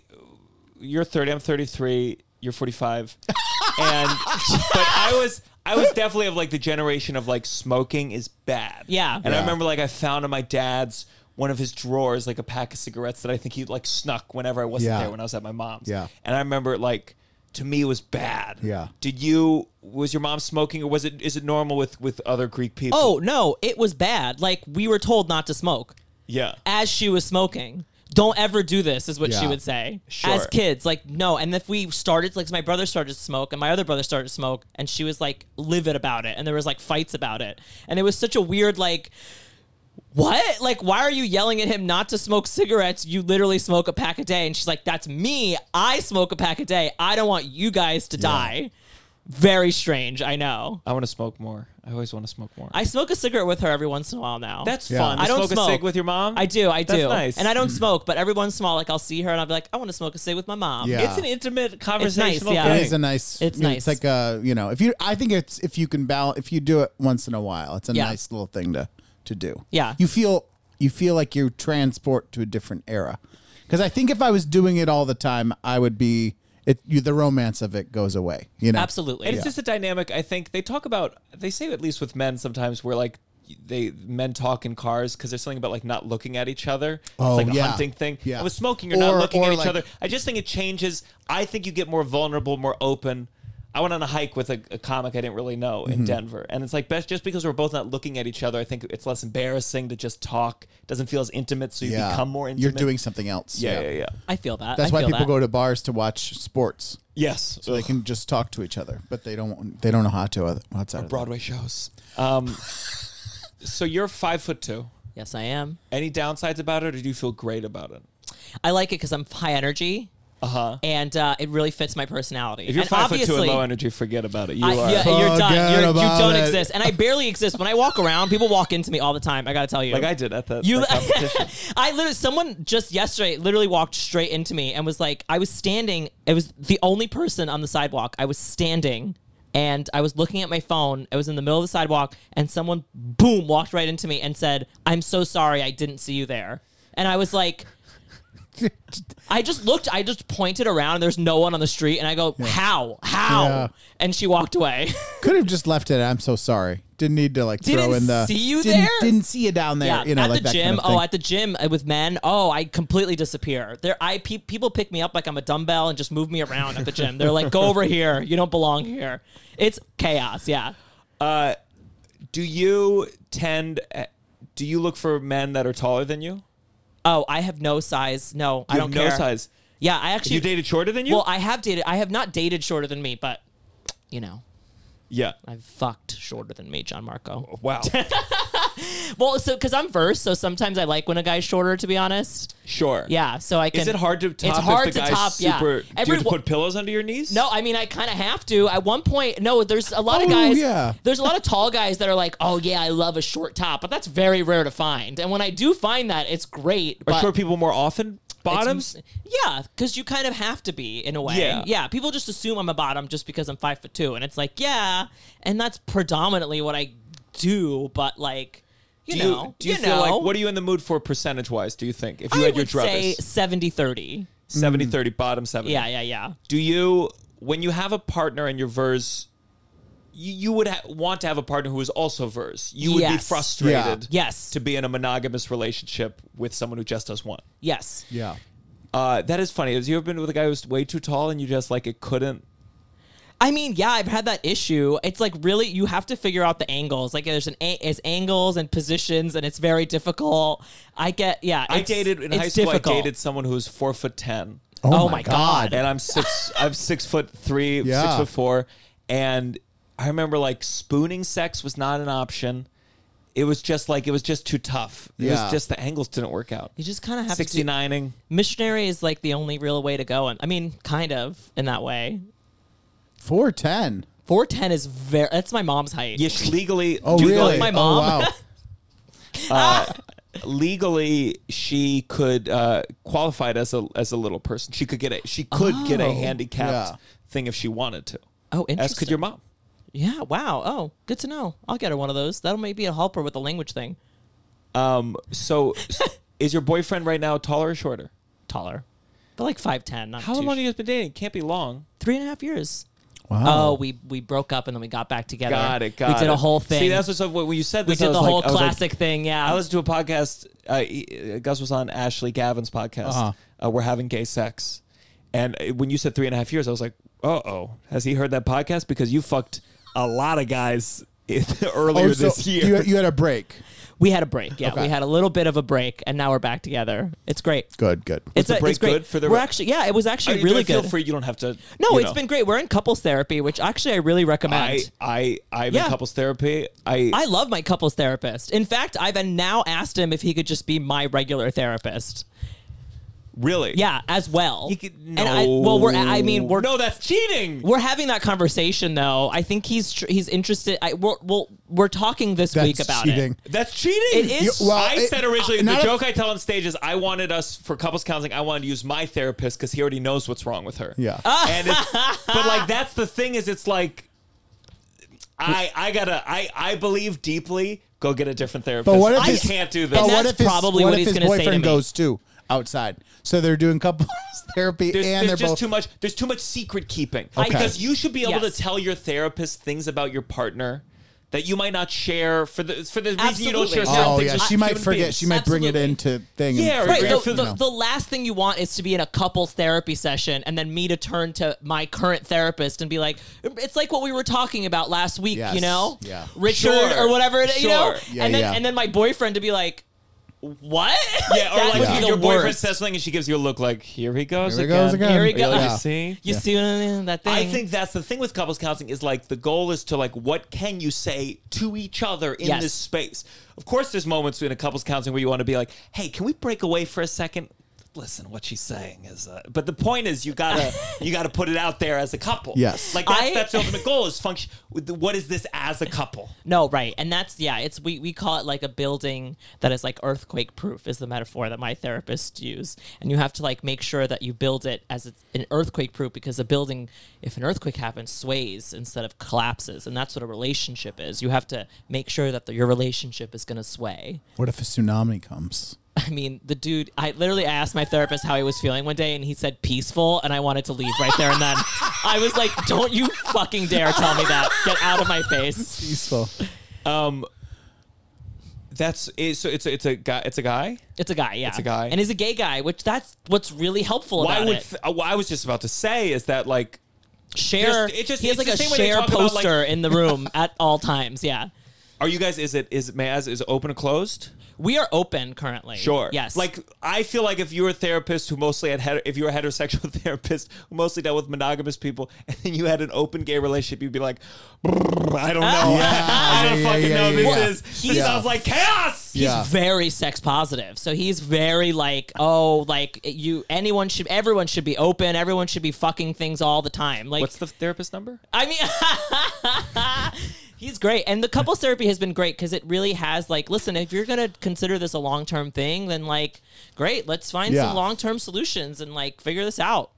You're 30. I'm 33. You're 45. and but I was I was definitely of like the generation of like smoking is bad.
Yeah.
And
Yeah.
I remember like I found in my dad's one of his drawers like a pack of cigarettes that I think he like snuck whenever I wasn't
Yeah.
there when I was at my mom's.
Yeah.
And I remember like to me it was bad.
Yeah.
Did you was your mom smoking or was it is it normal with with other Greek people?
Oh, no, it was bad. Like, we were told not to smoke
yeah.
as she was smoking. Don't ever do this, is what she
Yeah.
would say.
Sure.
As kids, like, no. And if we started, like, my brother started to smoke and my other brother started to smoke, and she was like livid about it. And there was like fights about it. And it was such a weird, like, what? Like, why are you yelling at him not to smoke cigarettes? You literally smoke a pack a day. And she's like, that's me. I smoke a pack a day. I don't want you guys to die. Very strange. I know.
I want to smoke more. I always want to smoke more.
I smoke a cigarette with her every once in a while now.
That's
Yeah.
fun.
I don't
smoke,
smoke.
a cig with your mom.
I do, I do.
That's nice.
And I
Hmm.
don't smoke, but every once in a while, like I'll see her and I'll be like, I want to smoke a cig with my mom.
Yeah.
It's an intimate conversation.
yeah.
It is a nice.
It's nice.
It's like a you know if you I think it's if you can balance if you do it once in a while it's a
Yeah.
nice little thing to to do.
Yeah.
You feel you feel like you transport to a different era because I think if I was doing it all the time I would be it you the romance of it goes away. You know
Absolutely.
And it's just a dynamic. I think they talk about. They say at least with men sometimes where like they men talk in cars because there's something about like not looking at each other.
Oh,
it's like
yeah.
a hunting thing.
Yeah.
I was smoking. You're
Or-
not looking
or,
at each
like-
other. I just think it changes. I think you get more vulnerable, more open. I went on a hike with a, a comic I didn't really know
Mm-hmm.
in Denver, and it's like best just because we're both not looking at each other. I think it's less embarrassing to just talk. Doesn't feel as intimate, so you
Yeah.
become more intimate.
You're doing something else.
Yeah, yeah, yeah.
I feel that.
That's
I
why
feel
people
that.
go to bars to watch sports.
Yes.
So they can just talk to each other, but they don't. They don't know how to. uh, What's that?
Broadway shows. Um, so you're five foot two.
Yes, I am.
Any downsides about it, or do you feel great about it?
I like it because I'm high energy. Uh-huh. And uh, it really fits my personality.
If you're
and
five foot two and
obviously-
low energy, forget about it. You
I,
are.
yeah, you're
Forget
done. You're, you
about
don't
it.
exist, and I barely exist. When I walk around, people walk into me all the time. I gotta tell you,
Like I did at that,
You,
that competition.
I literally, someone just yesterday literally walked straight into me and was like, I was standing. It was the only person on the sidewalk. I was standing and I was looking at my phone. I was in the middle of the sidewalk and someone, boom, walked right into me and said, I'm so sorry I didn't see you there. And I was like, I just looked, I just pointed around and there's no one on the street. And I go, How? How?
Yeah.
And she walked away.
Could have just left it. I'm so sorry. Didn't need to like
Didn't
throw in the.
see you
didn't,
there?
Didn't see you down there. you know,
at
like
the
that
gym.
Kind of thing.
Oh, at the gym uh, with men. Oh, I completely disappear. There, I pe- people pick me up like I'm a dumbbell and just move me around at the gym. They're like, "Go over here. You don't belong here." It's chaos. Yeah.
do you tend? eh, Do you look for men that are taller than you?
Oh, I have no size. No, I
You
don't
have no
care.
size.
Yeah, I actually
You dated shorter than you?
Well, I have dated. I have not dated shorter than me, but you know,
yeah.
I've fucked shorter than me, John Marco.
Wow.
Well, so because I'm verse, so sometimes I like when a guy's shorter. To be honest,
sure.
yeah. So I can.
Is it hard to top?
It's hard
if the
to
guy's
top.
Super,
yeah.
do you have to put pillows under your knees?
No, I mean I kind of have to. At one point, no, there's a lot of
Oh,
guys.
yeah.
There's a lot of tall guys that are like, oh yeah, I love a short top, but that's very rare to find. And when I do find that, it's great.
Are
but
short people more often
it's-
bottoms?
yeah, because you kind of have to be in a way.
Yeah.
people just assume I'm a bottom just because I'm five foot two, and it's like, yeah, and that's predominantly what I do. But like, you
Do you,
know,
do you, feel
know,
like what are you in the mood for percentage wise? Do you think if you
I
had your
would say
druthers,
70-30.
70, 30, bottom seventy?
Mm. Yeah, yeah, yeah.
do you when you have a partner and you're vers you, you would ha- want to have a partner who is also vers you would be
Yes.
frustrated
Yeah. Yes.
to be in a monogamous relationship with someone who just does one
Yes.
yeah.
uh, that is funny have you ever been with a guy who's way too tall and you just like it couldn't
I mean, yeah, I've had that issue. It's like really, you have to figure out the angles. Like there's an a- there's angles and positions, and it's very difficult. I get, yeah.
i
it's-
dated in
it's
high school
difficult.
i dated someone who was four foot ten
Oh,
my
my god.
and i'm six i'm six foot three six
Yeah.
foot four and i remember like spooning sex was not an option it was just like it was just too tough it
Yeah.
was just the angles didn't work out
You just kind of have to.
69ing
Missionary is like the only real way to go, and I mean, kind of in that way.
Four ten.
Four ten is very. That's my mom's height.
Yes, legally.
Oh
do-
you
really?
like my mom?
Oh wow. Uh,
Legally, she could uh, qualified as a as a little person. She could get a she could get a handicapped
Oh, Yeah.
thing if she wanted to.
Oh, interesting.
As could your mom.
Yeah. Wow. Oh, good to know. I'll get her one of those. That'll maybe a helper with the language thing.
Um, so s- is your boyfriend right now taller or shorter?
Taller, but like five ten. Not
How
too
long have
sh-
you guys been dating? It can't be long.
Three and a half years.
Wow.
Oh, we we broke up and then we got back together.
Got it. Got
we
it.
did a whole thing.
See, that's what's up. When you said
we
this, I
did
was
the
like-
whole
I was like,
classic thing. Yeah.
I listened to a podcast. Uh, he- uh, Gus was on Ashley Gavin's podcast.
Uh-huh.
Uh, We're having gay sex, and uh, when you said three and a half years, I was like, "Uh oh, has he heard that podcast?" Because you fucked a lot of guys in- earlier
Oh, so
this year.
You, you had a break.
we had a break. Yeah,
Okay.
we had a little bit of a break, and now we're back together. It's great.
Good, good.
It's,
the
a,
break
it's great.
good for the-
We're actually yeah, it was
Are
actually
you
really
doing-
good.
Feel free. You don't have to.
No,
it's
it's been great. We're in couples therapy, which actually I really recommend.
I I I'm
Yeah.
in couples therapy. I,
I love my couples therapist. In fact, I've now asked him if he could just be my regular therapist.
really
Yeah, as well.
You could-
And I, well, we're. I mean, we're
no, that's cheating.
we're having that conversation though. I think he's tr- he's interested. I we're we're, we're talking this
That's
week about
cheating.
it.
That's cheating.
It is-
You- well,
I
it-
said originally
uh, not
the
a-
joke I tell on stage is I wanted us for couples counseling. I wanted to use my therapist because he already knows what's wrong with her.
Yeah.
Uh,
And it's, but like that's the thing is it's like I I gotta I I believe deeply. Go get a different therapist.
But what if
I
his-
can't do
but
this.
that's probably
his,
what
if
he's
his
gonna say to
boyfriend
me.
goes too outside? So they're doing couples therapy
There's,
and
there's
they're
just
both
too much. There's too much secret keeping
Okay.
because you should be able
Yes.
to tell your therapist things about your partner that you might not share for the for the reason you don't share
Absolutely.
certain
Oh
things.
yeah,
with
she might
human
forget.
beings.
She might bring it
Absolutely.
into thing. and
Yeah, or
forget,
Right.
Agree.
The,
you
the,
know.
the last thing you want is to be in a couples therapy session and then me to turn to my current therapist and be like, it's like what we were talking about last week,
Yes.
you know?
Yeah.
Richard
Sure.
or whatever it is, you know?
Sure.
Yeah,
and then
yeah.
and then my boyfriend to be like, what?
Yeah, or
That
like
would be the
your boyfriend
worst.
says something and she gives you a look like, "Here he goes,
Here he
again.
goes again.
Here he
You're like,
goes.
you see,
You see what I mean? That thing.
I think that's the thing with couples counseling is like the goal is to like what can you say to each other in
Yes.
this space. Of course, there's moments in a couples counseling where you want to be like, "Hey, can we break away for a second? Listen, what she's saying is." Uh, but the point is, you gotta you gotta put it out there as a couple.
Yes.
like that's,
I-
that's the ultimate goal is function. with the- What is this as a couple?
No, right. And that's yeah, it's we, we call it like a building that is like earthquake proof is the metaphor that my therapist used. And you have to like make sure that you build it as it's an earthquake proof because a building if an earthquake happens sways instead of collapses. And that's what a relationship is. You have to make sure that the, your relationship is going to sway.
What if a tsunami comes?
I mean, the dude, I literally asked my therapist how he was feeling one day and he said peaceful and I wanted to leave right there and then. I was like, "Don't you fucking dare tell me that. Get out of my face."
Peaceful.
That's it's so it's a, it's a guy it's a guy.
It's a guy, yeah. It's
a guy.
and he's a gay guy, which that's what's really helpful
Why
about
would
it.
th- uh, what I was just about to say is that like
share,
There's- it just-
he has
it's
like
the
a
same way they
share
talk about,
poster
like-
in the room at all times. Yeah,
Are you guys? Is it is it- may I ask, is it open or closed?
we are open currently. yes,
Like I feel like if you were a therapist who mostly had heter- if you were a heterosexual therapist who mostly dealt with monogamous people, and then you had an open gay relationship, you'd be like, "Brr, I don't know.
Ah. Yeah,
I don't
yeah,
fucking
yeah,
know.
yeah,
this
yeah.
is this
Yeah.
sounds like chaos.
he's
Yeah.
very sex positive, so he's very like, oh, like you, anyone should, everyone should be open, everyone should be fucking things all the time. Like,
What's the therapist number?
I mean. He's great. And the couples therapy has been great because it really has, like, listen, if you're going to consider this a long term thing, then, like, great, let's find
Yeah.
some long term solutions and, like, figure this out.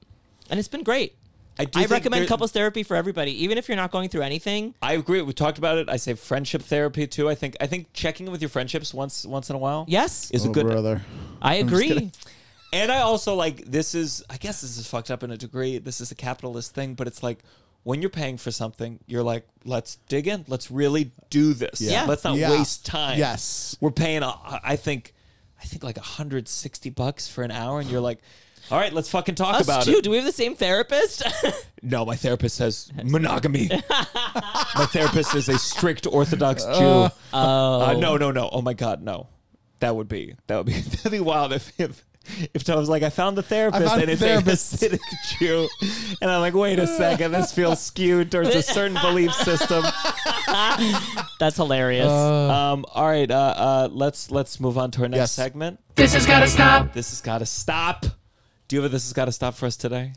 And it's been great.
do
I
think
recommend
there-
couples therapy for everybody, even if you're not going through anything.
I agree. We talked about it. I say friendship therapy too. I think I think checking in with your friendships once once in a while.
Yes,
Is a
Oh,
good e-
brother.
I agree.
kidding.
And I also like this is I guess this is fucked up in a degree. This is a capitalist thing, but it's like when you're paying for something, you're like, let's dig in. Let's really do this.
Yeah.
Let's not
Yeah.
waste time.
Yes.
We're paying a, I think I think like 160 bucks for an hour and you're like, all right, let's fucking talk
Us
about
too.
it.
Do we have the same therapist?
No, my therapist says monogamy. my therapist is a strict Orthodox Jew. Uh, no, no, no. Oh my God, no. That would be that would be that'd be wild if if if Tom was like, I found the therapist
found
and
the
it's a
therapist."
Hasidic Jew, and I'm like, wait a second, this feels skewed towards a certain belief system.
That's hilarious.
Um, all right, uh, uh, let's let's move on to our next
Yes.
segment.
This has got to stop.
This has got to stop. Do you have a this has got to stop for us today?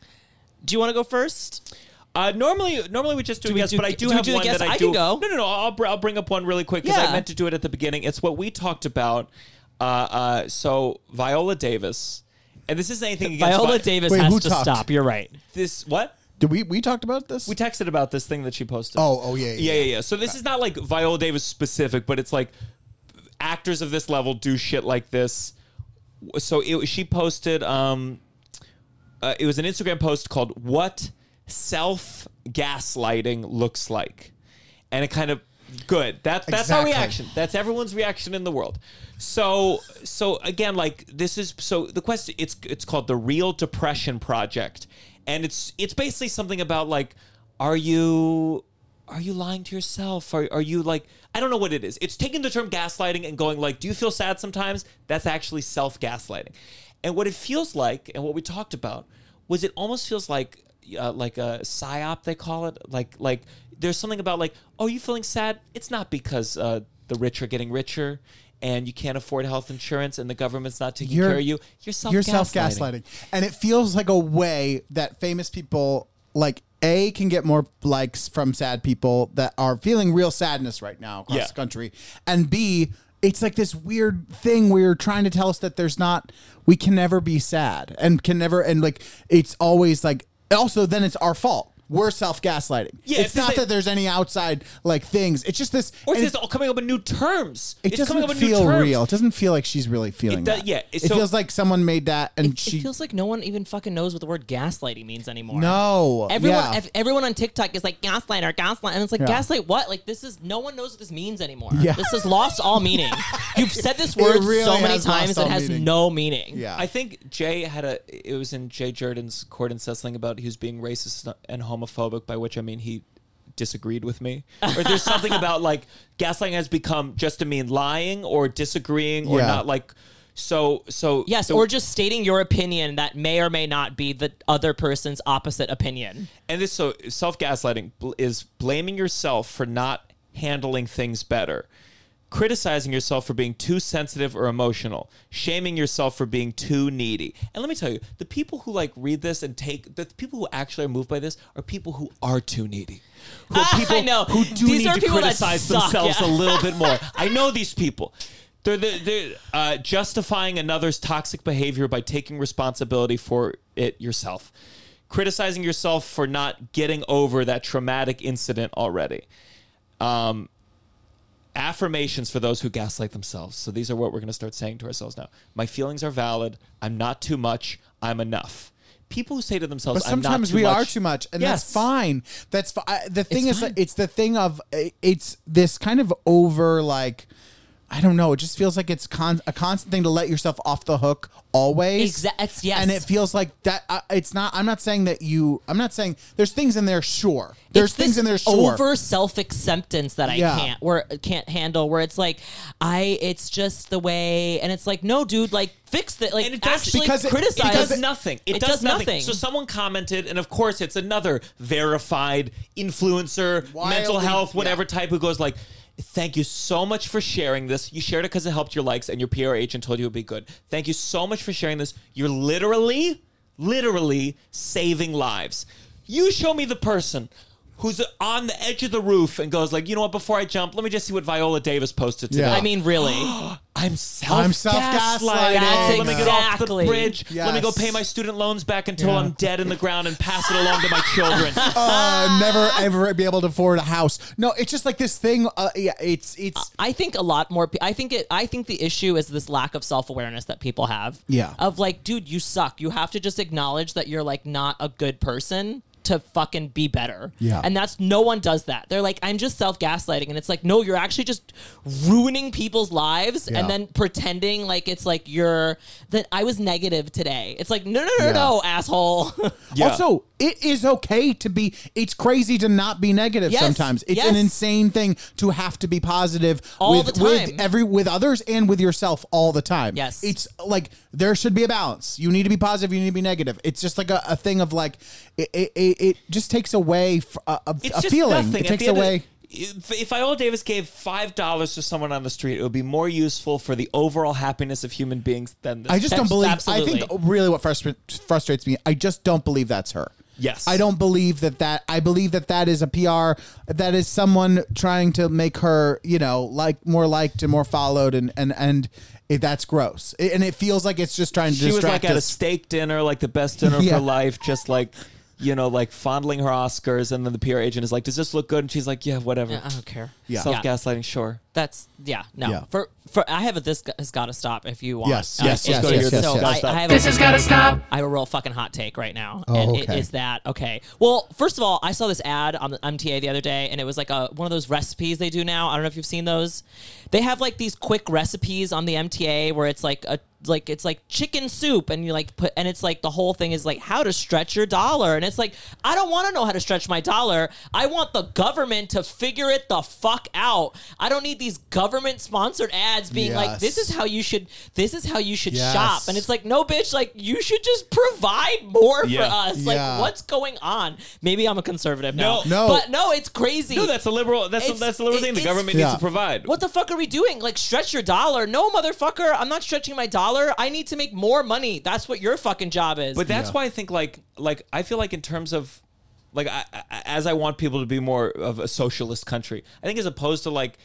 do you want to go first?
Uh, normally, normally we just do, a
we
guess,
do-
but I do,
do we
have
do the
one
guess?
that I,
I
do.
can go.
No, no, no. I'll, br- I'll bring up one really quick because I
Yeah.
meant to do it at the beginning. It's what we talked about. Uh, uh, so Viola Davis, and this isn't anything against
Viola
Vi-
Davis
Wait,
has
who
to
talked?
stop. You're right.
This what?
Did we we talked about this?
We texted about this thing that she posted.
oh, oh yeah,
yeah, yeah, yeah. So this is not like Viola Davis specific, but it's like actors of this level do shit like this. So it, she posted. Um, uh, it was an Instagram post called "What Self Gaslighting Looks Like," and it kind of good. That that's
Exactly.
our reaction. That's everyone's reaction in the world. So so again, like this is so the question. It's it's called the Real Depression Project, and it's it's basically something about like, are you are you lying to yourself? Are, are you like, I don't know what it is. It's taking the term gaslighting and going like, do you feel sad sometimes? That's actually self gaslighting. And what it feels like, and what we talked about, was it almost feels like, uh, like a psyop they call it. Like, like there's something about like, oh, you feeling sad? It's not because uh, the rich are getting richer, and you can't afford health insurance, and the government's not taking
You're-
care of you. You're self
You're self gaslighting. And it feels like a way that famous people like A can get more likes from sad people that are feeling real sadness right now across
Yeah.
the country. And B, it's like this weird thing where you're trying to tell us that there's not we can never be sad and can never and like it's always like also then it's our fault. We're self gaslighting.
Yeah,
it's
it's just
not
that-
that there's any outside like things. It's just this
Or
and
it's just all coming up with new terms.
it
it's coming
doesn't
up with
feel
new terms.
real. It doesn't feel like she's really feeling
does-
that.
yeah,
it
so-
feels like someone made that and she
it feels like no one even fucking knows what the word gaslighting means anymore.
No.
Everyone,
Yeah.
ev- everyone on TikTok is like gaslighter, gaslight, and it's like
Yeah.
gaslight what? Like this is no one knows what this means anymore.
Yeah.
This has lost all meaning. You've said this word
really
so many
has lost
times it
all
has
meaning.
no meaning.
Yeah.
I think Jay had a. It was in Jay Jordan's court and said something about he was being racist and homophobic, by which I mean he disagreed with me. Or there's something about like gaslighting has become just to mean lying or disagreeing or
Yeah.
not like. So so
Yes,
so-
or just stating your opinion that may or may not be the other person's opposite opinion.
and this so self gaslighting bl- is blaming yourself for not handling things better criticizing yourself for being too sensitive or emotional shaming yourself for being too needy and let me tell you the people who like read this and take the people who actually are moved by this are people who are too needy who
I
are people
know.
who do
These
need
are
to
people that
criticize
suck,
themselves
yeah.
a little bit more i know these people they're, they're, they're uh, justifying another's toxic behavior by taking responsibility for it yourself criticizing yourself for not getting over that traumatic incident already. Um, affirmations for those who gaslight themselves. So these are what we're going to start saying to ourselves now. My feelings are valid. I'm not too much. I'm enough. People who say to themselves,
but
"I'm not
sometimes
too
we
much,"
are too much, and that's
Yes.
fine. That's fi- I- the thing is, it's the thing of uh, it's this kind of over like. I don't know. It just feels like it's con- a constant thing to let yourself off the hook always.
Exa- it's- yes.
And it feels like that. Uh, it's not. I'm not saying that you. I'm not saying there's things in there. Sure, there's
It's
things
this
in there. Sure.
over self acceptance that I
Yeah.
can't where can't handle. Where it's like I, it's just the way, and it's like no, dude, like fix that. Like
And it does-
actually
because it-
criticize.
It does nothing. It, does, nothing. So
So
someone commented, and of course, it's another verified influencer,
Wildly-
mental health, whatever
yeah.
type who goes like, "Thank you so much for sharing this. You shared it because it helped your likes, and your PR agent told you it'd be good. Thank you so much for sharing this. You're literally, literally saving lives. You show me the person." Who's on the edge of the roof and goes like, you know what? Before I jump, let me just see what Viola Davis posted today.
Yeah.
I mean, really,
I'm self
I'm self-gaslighting.
gaslighting. Let me get off the
Exactly.
bridge. Let me go
Yes.
pay my student loans back until
Yeah.
I'm dead in the ground and pass it along to my children. Ah.
uh, never ever be able to afford a house. No, it's just like this thing. Uh, yeah, it's it's.
I think a lot more. pe- I think it. I think the issue is this lack of self awareness that people have.
Yeah.
Of like, dude, you suck. You have to just acknowledge that you're like not a good person to fucking be better.
Yeah.
And that's no one does that. They're like, I'm just self gaslighting, and it's like, no, you're actually just ruining people's lives
Yeah.
and then pretending like it's like you're that I was negative today. It's like, no, no, no,
Yeah.
no, asshole.
Yeah.
Also, it is okay to be. It's crazy to not be negative
Yes,
sometimes. It's an
yes.
insane thing to have to be positive
All
with,
the
with
time.
every with others and with yourself all the time.
Yes.
it's like there should be a balance. You need to be positive. You need to be negative. It's just like a, a thing of like it. It, it, it just takes away f- a, a,
It's
a
just
feeling.
nothing.
It
At
takes
the end of-
away.
If if Viola Davis gave five dollars to someone on the street, it would be more useful for the overall happiness of human beings than this.
I just don't
Abs-
believe. I think
absolutely.
really what frustra- frustrates me. I just don't believe that's her.
Yes.
I don't believe that that. I believe that that is a PR. That is someone trying to make her, you know, like more liked and more followed, and and and it, that's gross. It- and it feels like it's just trying to
She was
distract
like at a
us.
steak dinner, like the best dinner of
Yeah.
her life, just like. you know, like fondling her Oscars, and then the PR agent is like, "Does this look good?" And she's like, "Yeah, whatever."
I don't care.
Uh-uh. Yeah.
Self gaslighting, sure.
That's yeah. No.
Yeah.
For for I have a this has got to stop if you want.
Yes,
Uh,
yes,
it's
yes,
just-
yes, yes,
So
yes.
I, I have a-
This has gotta stop.
I have a real fucking hot take right now,
Oh,
and it
okay.
is that okay. Well, first of all, I saw this ad on the MTA the other day, and it was like a one of those recipes they do now. I don't know if you've seen those. They have like these quick recipes on the MTA where it's like a like it's like chicken soup, and you like put and it's like the whole thing is like how to stretch your dollar, and it's like I don't want to know how to stretch my dollar. I want the government to figure it the fuck out. I don't need these government sponsored ads being like
Yes.
this is how you should this is how you should
Yes.
shop, and it's like no bitch, like you should just provide more for
Yeah.
us.
Yeah.
Like what's going on? Maybe I'm a conservative now.
No. No.
But no, it's crazy.
No, that's a liberal. That's a,
It's-
that's a liberal
it-
thing. The
it's-
government
Yeah.
needs to provide.
what the fuck are we doing? Like stretch your dollar. No, motherfucker, I'm not stretching my dollar. I need to make more money. That's what your fucking job is.
But that's why I think like like I feel like in terms of like I, I, as I want people to be more of a socialist country, I think as opposed to like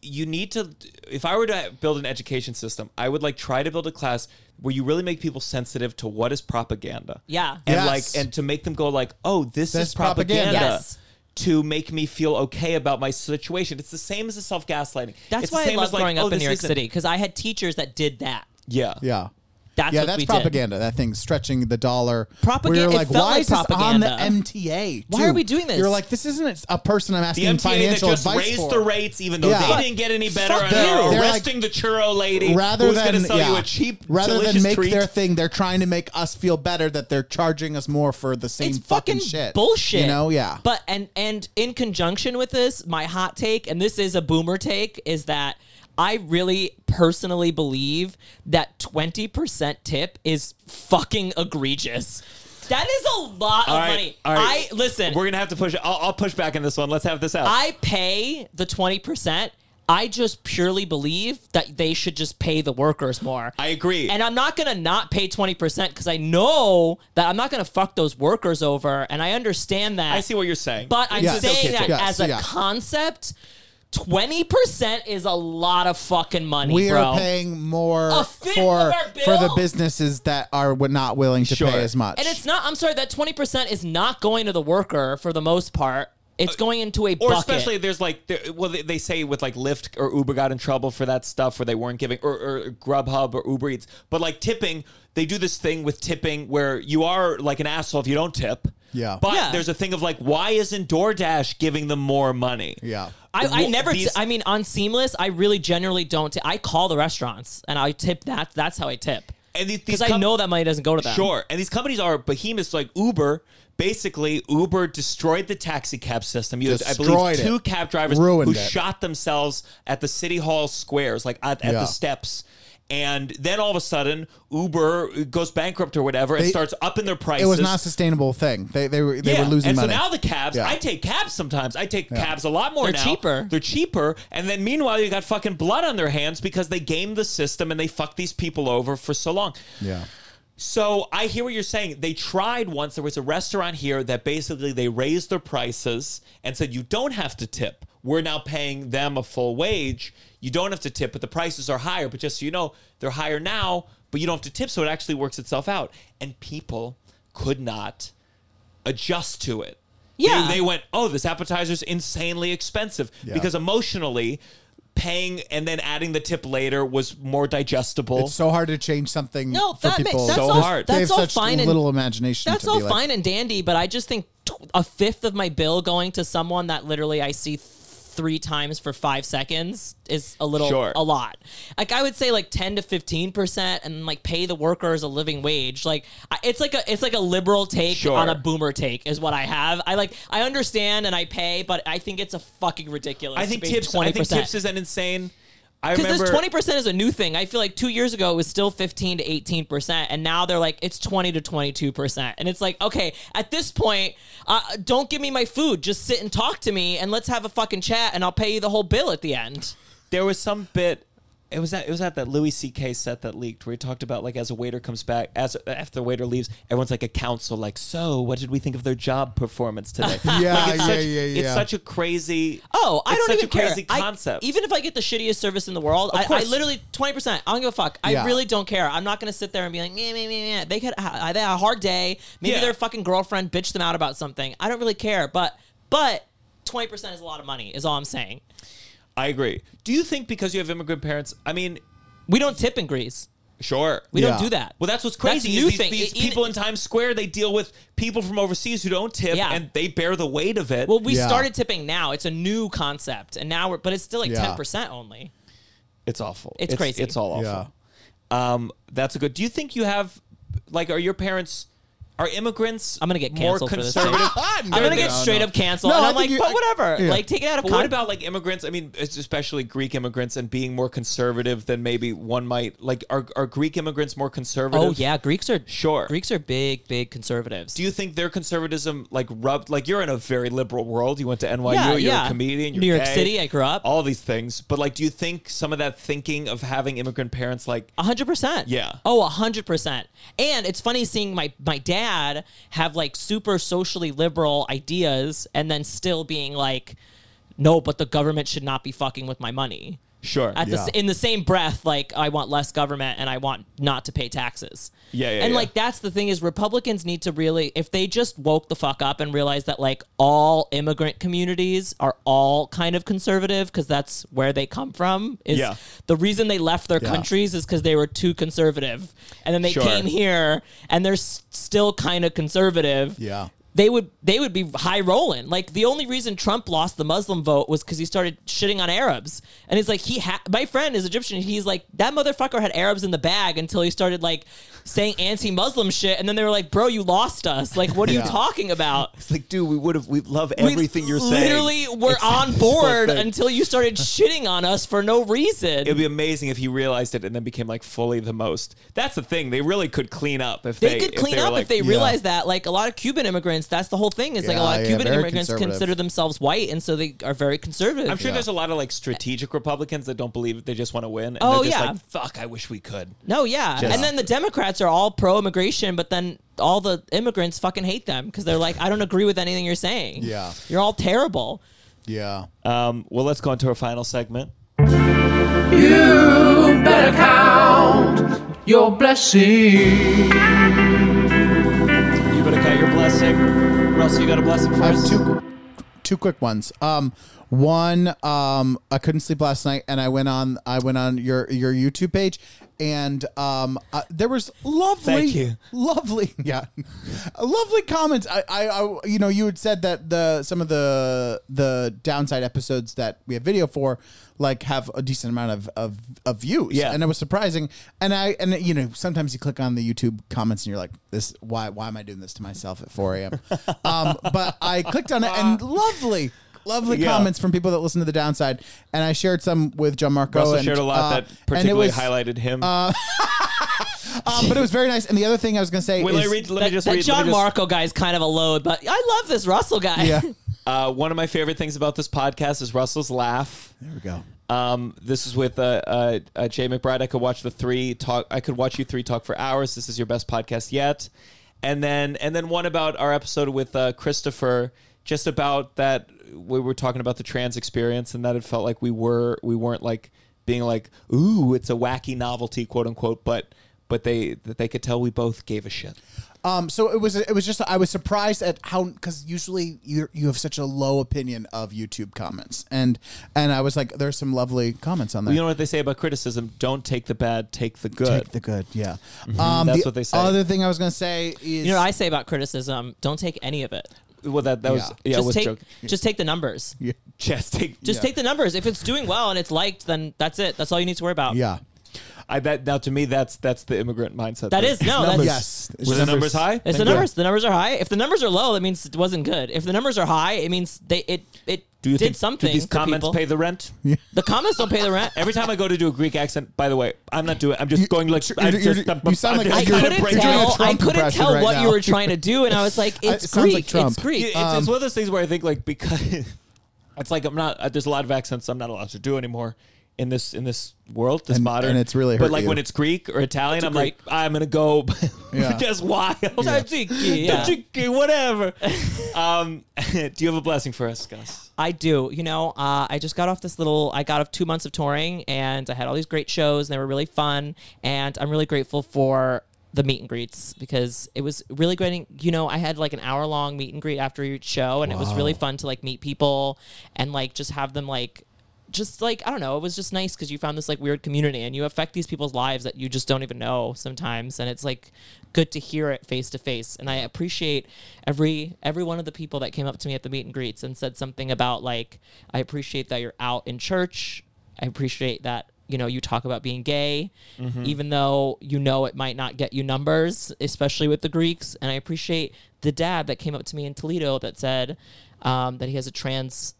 you need to if I were to build an education system, I would like try to build a class where you really make people sensitive to what is propaganda.
Yeah.
And
Yes.
like and to make them go like, "Oh, this
That's
is propaganda."
propaganda.
Yes.
To make me feel okay about my situation, it's the same as the self gaslighting.
that's
it's the
why I
same
love
as, like,
growing
oh,
up
this
in New York
isn't-
City because I had teachers that did that.
Yeah,
Yeah.
That's
yeah,
what
that's
we did.
propaganda. That thing stretching the dollar.
Propaga-
Where you're
it
like,
felt
why
like
is this on the
propaganda.
MTA?
Why are
too?"
we doing this?
You're like, this isn't a person I'm
the
asking
MTA that
financial
just
advice
raised
for.
the rates, even though
Yeah.
they didn't get any better,
Fuck
and
you.
they're,
They're
arresting the churro lady
rather
who's
than
going to sell
yeah,
you a cheap,
rather
delicious
than make
treat.
their thing, they're trying to make us feel better that they're charging us more for the same
it's fucking,
shit.
bullshit.
You know, yeah.
But and and in conjunction with this, my hot take, and this is a boomer take, is that I really personally believe that twenty percent tip is fucking egregious. That is a lot
All
of
right,
money.
all right.
I listen.
We're going to have to push. I'll, I'll push back in this one. Let's have this out.
I pay the twenty percent. I just purely believe that they should just pay the workers more.
I agree.
And I'm not gonna not pay twenty percent because I know that I'm not gonna fuck those workers over, and I understand that.
I see what you're saying.
But I'm
Yes.
saying
Okay,
that
yes,
as a
yeah.
concept, twenty percent is a lot of fucking money,
we
bro.
are paying more
A fifth
for
of our
for the
bill?
businesses that are would not willing to
Sure.
pay as much.
and it's not. I'm sorry, that twenty percent is not going to the worker for the most part. It's going into a
Uh, or
bucket.
especially there's like there, well they, they say with like Lyft or Uber got in trouble for that stuff where they weren't giving or, or Grubhub or Uber Eats but like tipping they do this thing with tipping where you are like an asshole if you don't tip
Yeah.
but
Yeah.
there's a thing of like why isn't DoorDash giving them more money
yeah.
I, I
Well,
never.
these-
I mean, on Seamless, I really generally don't. T- I call the restaurants and I tip that. That's how I tip
and these, these
because I
com-
know that money doesn't go to them.
Sure. And these companies are behemoths like Uber. Basically, Uber destroyed the taxi cab system. You, I
Destroyed
believe two
it.
cab drivers
Ruined
who
it.
shot themselves at the city hall squares, like at, at
Yeah.
the steps. And then all of a sudden, Uber goes bankrupt or whatever and
They-
starts upping their prices.
It was not a sustainable thing. They they were they
Yeah.
were losing
and
money.
so now the cabs,
Yeah.
I take cabs sometimes. I take cabs a lot more
They're
now.
cheaper.
They're cheaper. And then meanwhile, you got fucking blood on their hands because they game the system and they fuck these people over for so long.
yeah.
So I hear what you're saying. They tried once. There was a restaurant here that basically they raised their prices and said you don't have to tip. We're now paying them a full wage. You don't have to tip, but the prices are higher. But just so you know, they're higher now, but you don't have to tip, so it actually works itself out. And people could not adjust to it.
Yeah.
They, they went, oh, this appetizer's insanely expensive
Yeah.
because emotionally, paying and then adding the tip later was more digestible.
It's so hard to change something
No,
for
that makes-
people.
that's
So
all.
hard.
They have
That's all
such
fine and
little imagination.
That's
to
all
be like,
fine and dandy, but I just think t- a fifth of my bill going to someone that literally I see th- three times for five seconds is a little
Sure.
a lot. Like I would say like ten to fifteen percent, and like pay the workers a living wage. Like I, it's like a it's like a liberal take
Sure.
on a boomer take is what I have. I like I understand and I pay, but I think it's a fucking ridiculous.
I think
to pay
tips. I
20%.
think tips is an insane. I
Because
remember
this twenty percent is a new thing. I feel like two years ago it was still fifteen to eighteen percent, and now they're like it's twenty to twenty two percent, and it's like okay, at this point, uh, don't give me my food. Just sit and talk to me, and let's have a fucking chat, and I'll pay you the whole bill at the end.
there was some bit It was at it was at that Louis C.K. set that leaked where he talked about like as a waiter comes back as after the waiter leaves everyone's like a council like so what did we think of their job performance today
Yeah,
like,
yeah,
such,
yeah,
it's
yeah.
such a crazy
Oh, I
it's
don't
such
even
a
care.
crazy
I-
concept
even if I get the shittiest service in the world, I, I
course.
literally twenty percent. I don't give a fuck. I
Yeah.
really don't care. I'm not gonna sit there and be like, meh, meh, meh, meh. they could. ha- They had a hard day. Maybe
Yeah.
their fucking girlfriend bitched them out about something. I don't really care. But but twenty percent is a lot of money. Is all I'm saying.
I agree do you think because you have immigrant parents I mean
We don't tip in Greece.
sure
We
Yeah.
don't do that.
Well, that's what's crazy.
That's
is
new
these
thing.
these
E- even-
people in Times Square, they deal with people from overseas who don't tip,
Yeah.
and they bear the weight of it.
Well, we
Yeah.
started tipping now. It's a new concept, and now we're. But it's still like
Yeah.
ten percent only.
it's awful.
It's crazy.
It's all
Yeah.
awful. Um, that's a good. Do you think you have, like, are your parents, are immigrants?
I'm gonna get
more
canceled for this
conservative.
I'm gonna get straight up canceled.
No,
and
I
I'm
think
like,
you-
but
I-
whatever.
yeah.
Like, take it out of
But what
context.
about like immigrants? I mean, it's especially Greek immigrants and being more conservative than maybe one might. Like, are are Greek immigrants more conservative?
Oh yeah, Greeks are
Sure.
Greeks are big, big conservatives.
Do you think their conservatism like rubbed like you're in a very liberal world? You went to NYU,
Yeah,
you're
yeah.
a comedian, you're
New York
gay,
City, I grew up.
All these things. But like do you think some of that thinking of having immigrant parents like
hundred percent.
Yeah.
Oh, hundred percent. And it's funny seeing my my dad have like super socially liberal ideas, and then still being like, no, but the government should not be fucking with my money.
sure.
At the
Yeah.
s in the same breath, like I want less government and I want not to pay taxes.
Yeah, yeah,
And
yeah.
like that's the thing is Republicans need to really if they just woke the fuck up and realized that like all immigrant communities are all kind of conservative because that's where they come from. Is
Yeah.
the reason they left their
Yeah.
countries is because they were too conservative, and then they
Sure.
came here and they're s- still kind of conservative
Yeah.
they would they would be high rolling. Like the only reason Trump lost the Muslim vote was because he started shitting on Arabs, and he's like he ha- my friend is Egyptian. He's like that motherfucker had Arabs in the bag until he started like saying anti-Muslim shit, and then they were like, "Bro, you lost us. Like, what are
Yeah.
you talking about?"
it's like, dude, we would have we love
We
everything you're saying.
literally were on board
thing.
until you started shitting on us for no reason.
It'd be amazing if he realized it and then became like fully the most. That's the thing. They really could clean up if they,
they could
if
clean
were
up
like-
if they realized that. Like a lot of Cuban immigrants, that's the whole thing. Is like a
Yeah,
lot of
yeah,
Cuban
very
immigrants
conservative.
consider themselves white, and so they are very conservative.
I'm sure there's a lot of like strategic Republicans that don't believe it. They just want to win. And
Oh,
they're just
yeah.
like, fuck, I wish we could.
No, yeah.
Just-
and then the Democrats are all pro immigration, but then all the immigrants fucking hate them because they're like, I don't agree with anything you're saying.
Yeah.
You're all terrible.
Yeah.
Um, well, let's go into our final segment.
You better count your blessings.
You better cut your blessing. Russell, you got a blessing for
I
us?
have two two quick ones. Um, one, um, I couldn't sleep last night, and I went on I went on your your YouTube page, and um, uh, there was lovely,
Thank you.
lovely, yeah, lovely comments. I, I, I, you know, you had said that the some of the the downside episodes that we have video for, like, have a decent amount of of, of views,
Yeah.
and it was surprising. And I, and you know, sometimes you click on the YouTube comments and you're like, this, why, why am I doing this to myself at 4 a.m. um, but I clicked on it and lovely. Lovely
Uh, Yeah.
comments from people that listen to the downside, and I shared some with John Marco.
Russell
and,
shared a lot
uh, and
that
it
particularly
was, uh,
highlighted him.
um, but it was very nice. And the other thing I was going to say
Wait, let
is,
me read. Let
That,
me just
that
read. let
John
me just-
Marco guy's kind of a load, but I love this Russell guy.
yeah,
Uh, one of my favorite things about this podcast is Russell's laugh.
there we go.
Um, this is with uh, uh, uh, Jay McBride. I could watch the three talk. I could watch you three talk for hours. This is your best podcast yet. And then and then one about our episode with uh, Christopher, just about that we were talking about the trans experience and that it felt like we were we weren't like being like ooh it's a wacky novelty quote unquote but but they that they could tell we both gave a shit.
Um, so it was it was just I was surprised at how because usually you you have such a low opinion of YouTube comments and and I was like there's some lovely comments on there.
You know what they say about criticism? Don't take the bad, take the good.
Take the good, yeah. Um,
Mm-hmm. That's
the
what they say.
Other thing I was gonna say is
You know what I say about criticism? Don't take any of it.
well, that that was
Yeah.
yeah, it
just
was
take
joke.
just take the numbers.
Just take
Just take the numbers. If it's doing well and it's liked, then that's it. That's all you need to worry about.
yeah
I that now to me that's that's the immigrant mindset.
That
thing.
is no. That's,
yes
Were the numbers high?
It's the numbers. The numbers are high. If the numbers are low, that means it wasn't good. If the numbers are high, it means they it it
Do you
did
think
something.
Do these
for
comments
people.
pay the rent?
the comments don't pay the rent.
Every time I go to do a Greek accent, by the way, I'm not doing. I'm just going like.
you're-
I
you're-
just,
you sound
I'm
like
just trying to
you're
I couldn't
break-
doing a
tell. I
Trump
couldn't
impression
tell
right
what
now.
you were trying to do, and I was like,
Uh,
"It's
it sounds like
Greek.
Trump.
it's Greek."
It's,
Um,
it's one of uh, those things where I think like because it's like I'm not. There's a lot of accents I'm not allowed to do anymore. in this in this world, this
And-
modern.
and it's really
But
hurt
like
you.
when it's Greek or Italian, I'm like, I'm gonna go
Yeah.
just wild.
Tzatziki, Um, yeah.
Tzatziki, whatever. um, do you have a blessing for us, Gus?
I do. You know, uh, I just got off this little, I got off two months of touring and I had all these great shows and they were really fun. And I'm really grateful for the meet and greets because it was really great. You know, I had like an hour long meet and greet after each show and it was really fun to like meet people and like just have them like, just like I don't know, it was just nice because you found this like weird community and you affect these people's lives that you just don't even know sometimes, and it's like good to hear it face to face. And I appreciate every every one of the people that came up to me at the meet and greets and said something about like I appreciate that you're out in church. I appreciate that you know you talk about being gay, even though you know it might not get you numbers, especially with the Greeks. And I appreciate the dad that came up to me in Toledo that said um, that he has a trans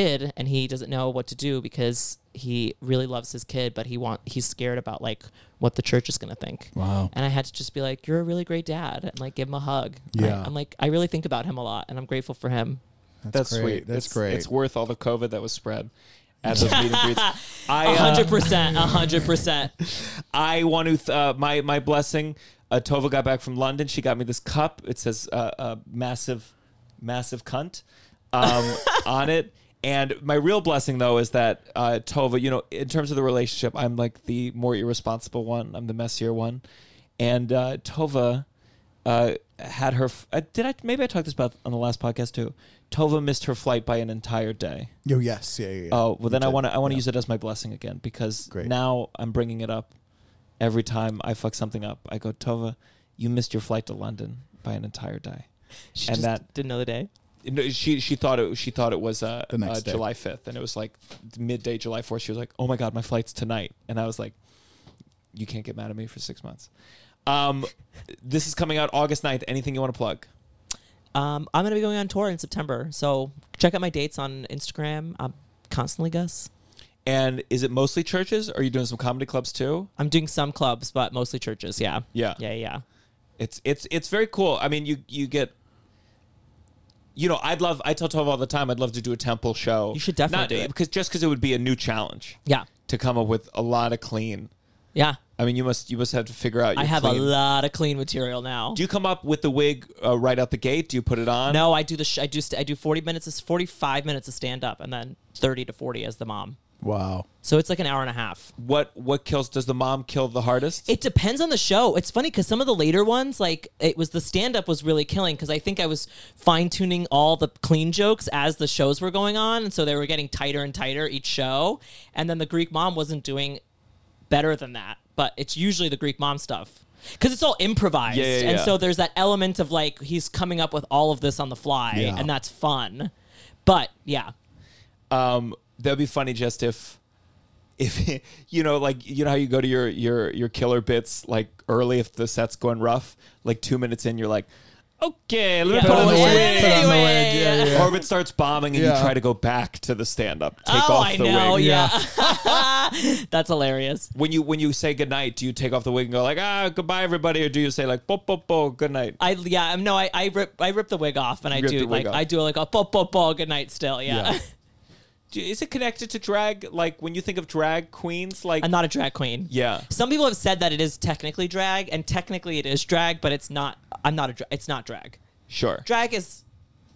kid and he doesn't know what to do because he really loves his kid but he want he's scared about like what the church is going to think wow and i had to just be like you're a really great dad and like give him a hug
Yeah.
I, am like i really think about him a lot and i'm grateful for him
That's,
great.
sweet.
That's
it's,
great.
It's worth all the COVID that was spread at those meet and greets. I, uh,
100% 100%
I want to th- uh, my my blessing. Uh, Tova got back from London. She got me this cup. It says uh, uh, "massive, massive cunt" um, on it. And my real blessing though is that uh, Tova, you know, in terms of the relationship, I'm like the more irresponsible one. I'm the messier one. And uh, Tova uh, had her. F- uh, did I? Maybe I talked this about on the last podcast too. Tova missed her flight by an entire day.
Oh yes, yeah, yeah. yeah.
Oh well, then I want to I want to use it as my blessing again because
Great.
now I'm bringing it up every time I fuck something up. I go Tova, you missed your flight to London by an entire day.
she
And
just
that-
didn't know the day
No, she she thought it she thought it was uh,
The next
uh,
day.
July 5th, and it was like midday July 4th. She was like, "Oh my god, my flight's tonight," and I was like, "You can't get mad at me for six months." Um, this is coming out August 9th. Anything you want to plug?
um, i'm going to be going on tour in september so check out my dates on instagram i'm constantly gus
And is it mostly churches? Or are you doing some comedy clubs too?
i'm doing some clubs but mostly churches yeah
Yeah.
yeah yeah
It's it's it's very cool. I mean, you you get. You know, I'd love. I tell Tova all the time. I'd love to do a temple show.
You should definitely do it.
because just because it would be a new challenge
yeah
to come up with a lot of clean.
yeah
I mean, you must you must have to figure out. Your
i have a
clean.
lot of clean material now
Do you come up with the wig uh, right out the gate? Do you put it on?
No, I do the sh- I do st- I do 40 minutes of 45 minutes of stand up and then 30 to 40 as the mom.
wow.
So it's like an hour and a half.
What what kills? Does the mom kill the hardest?
It depends on the show. It's funny cuz some of the later ones like it was the stand up was really killing cuz I think I was fine tuning all the clean jokes as the shows were going on and so they were getting tighter and tighter each show and then the Greek mom wasn't doing better than that, but it's usually the Greek mom stuff. Because it's all improvised.
Yeah, yeah,
And
yeah.
so there's that element of like, he's coming up with all of this on the fly,
Yeah.
and that's fun. But yeah,
um, that'd be funny just if. If you know, like you know how you go to your your your killer bits like early if the set's going rough, like two minutes in, you're like, okay, let me
Yeah.
put on
Oh,
the
yeah,
wig.
yeah, yeah, yeah, yeah, yeah.
Or if it starts bombing and you
Yeah.
try to go back to the stand up, take
oh,
off
I
the
know.
wig.
Yeah, that's hilarious.
When you when you say goodnight, do you take off the wig and go like ah goodbye everybody, or do you say like bo bo bo good night?
I yeah. um, No, I I rip I rip the wig off and I
Rip the
do
wig
like
off.
I do like a pop pop pop good night still. Yeah.
Yeah.
Do- Is it connected to drag? Like when you think of drag queens, like
I'm not a drag queen.
Yeah.
Some people have said that it is technically drag, and technically it is drag, but it's not. I'm not a. dra- It's not drag.
sure.
Drag is.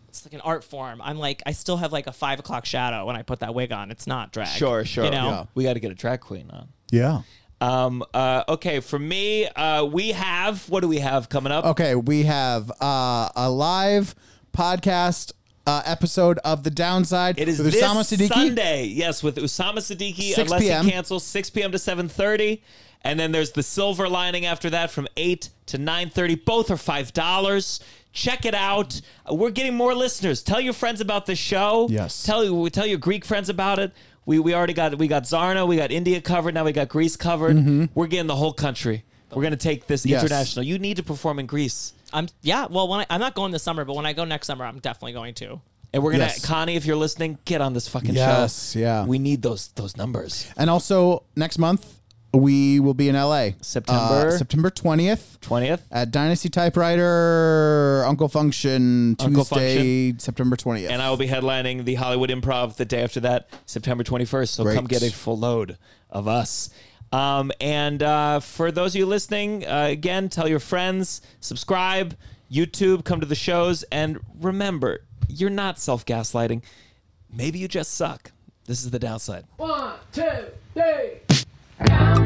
It's like an art form. I'm like I still have like a five o'clock shadow when I put that wig on. It's not drag.
Sure, sure.
You know.
Yeah.
We got to get a drag queen on.
Yeah.
Um, uh, okay, for me, uh, we have what do we have coming up?
Okay, we have uh, a live podcast uh, episode of The Downside.
It is
with
this
Usama Siddiqui.
Sunday. Yes, with Usama Siddiqui,
6
unless
p.m..
he cancels, 6 p.m. to 7:30, and then there's the Silver Lining after that from 8 to 9:30. Both are five dollars. Check it out. Uh, We're getting more listeners. Tell your friends about the show.
Yes.
Tell you tell your Greek friends about it. We we already got we got Zarna, we got India covered. Now we got Greece covered. We're getting the whole country. We're gonna take this
Mm-hmm. Yes.
international. You need to perform in Greece.
I'm yeah. Well, when I, I'm not going this summer, but when I go next summer, I'm definitely going to.
And we're gonna,
Yes.
Connie, if you're listening, get on this fucking show.
Yes, yeah.
We need those those numbers.
And also next month, we will be in LA
September?
Uh, September twentieth.
20th?
At Dynasty Typewriter, Uncle Function,
Uncle
Tuesday, September 20th.
And I will be headlining the Hollywood Improv the day after that, September 21st. So
Great.
come get a full load of us. Um, and uh, for those of you listening, uh, again, tell your friends, subscribe, YouTube, come to the shows. And remember, you're not self gaslighting. Maybe you just suck. This is the downside.
One, two, three.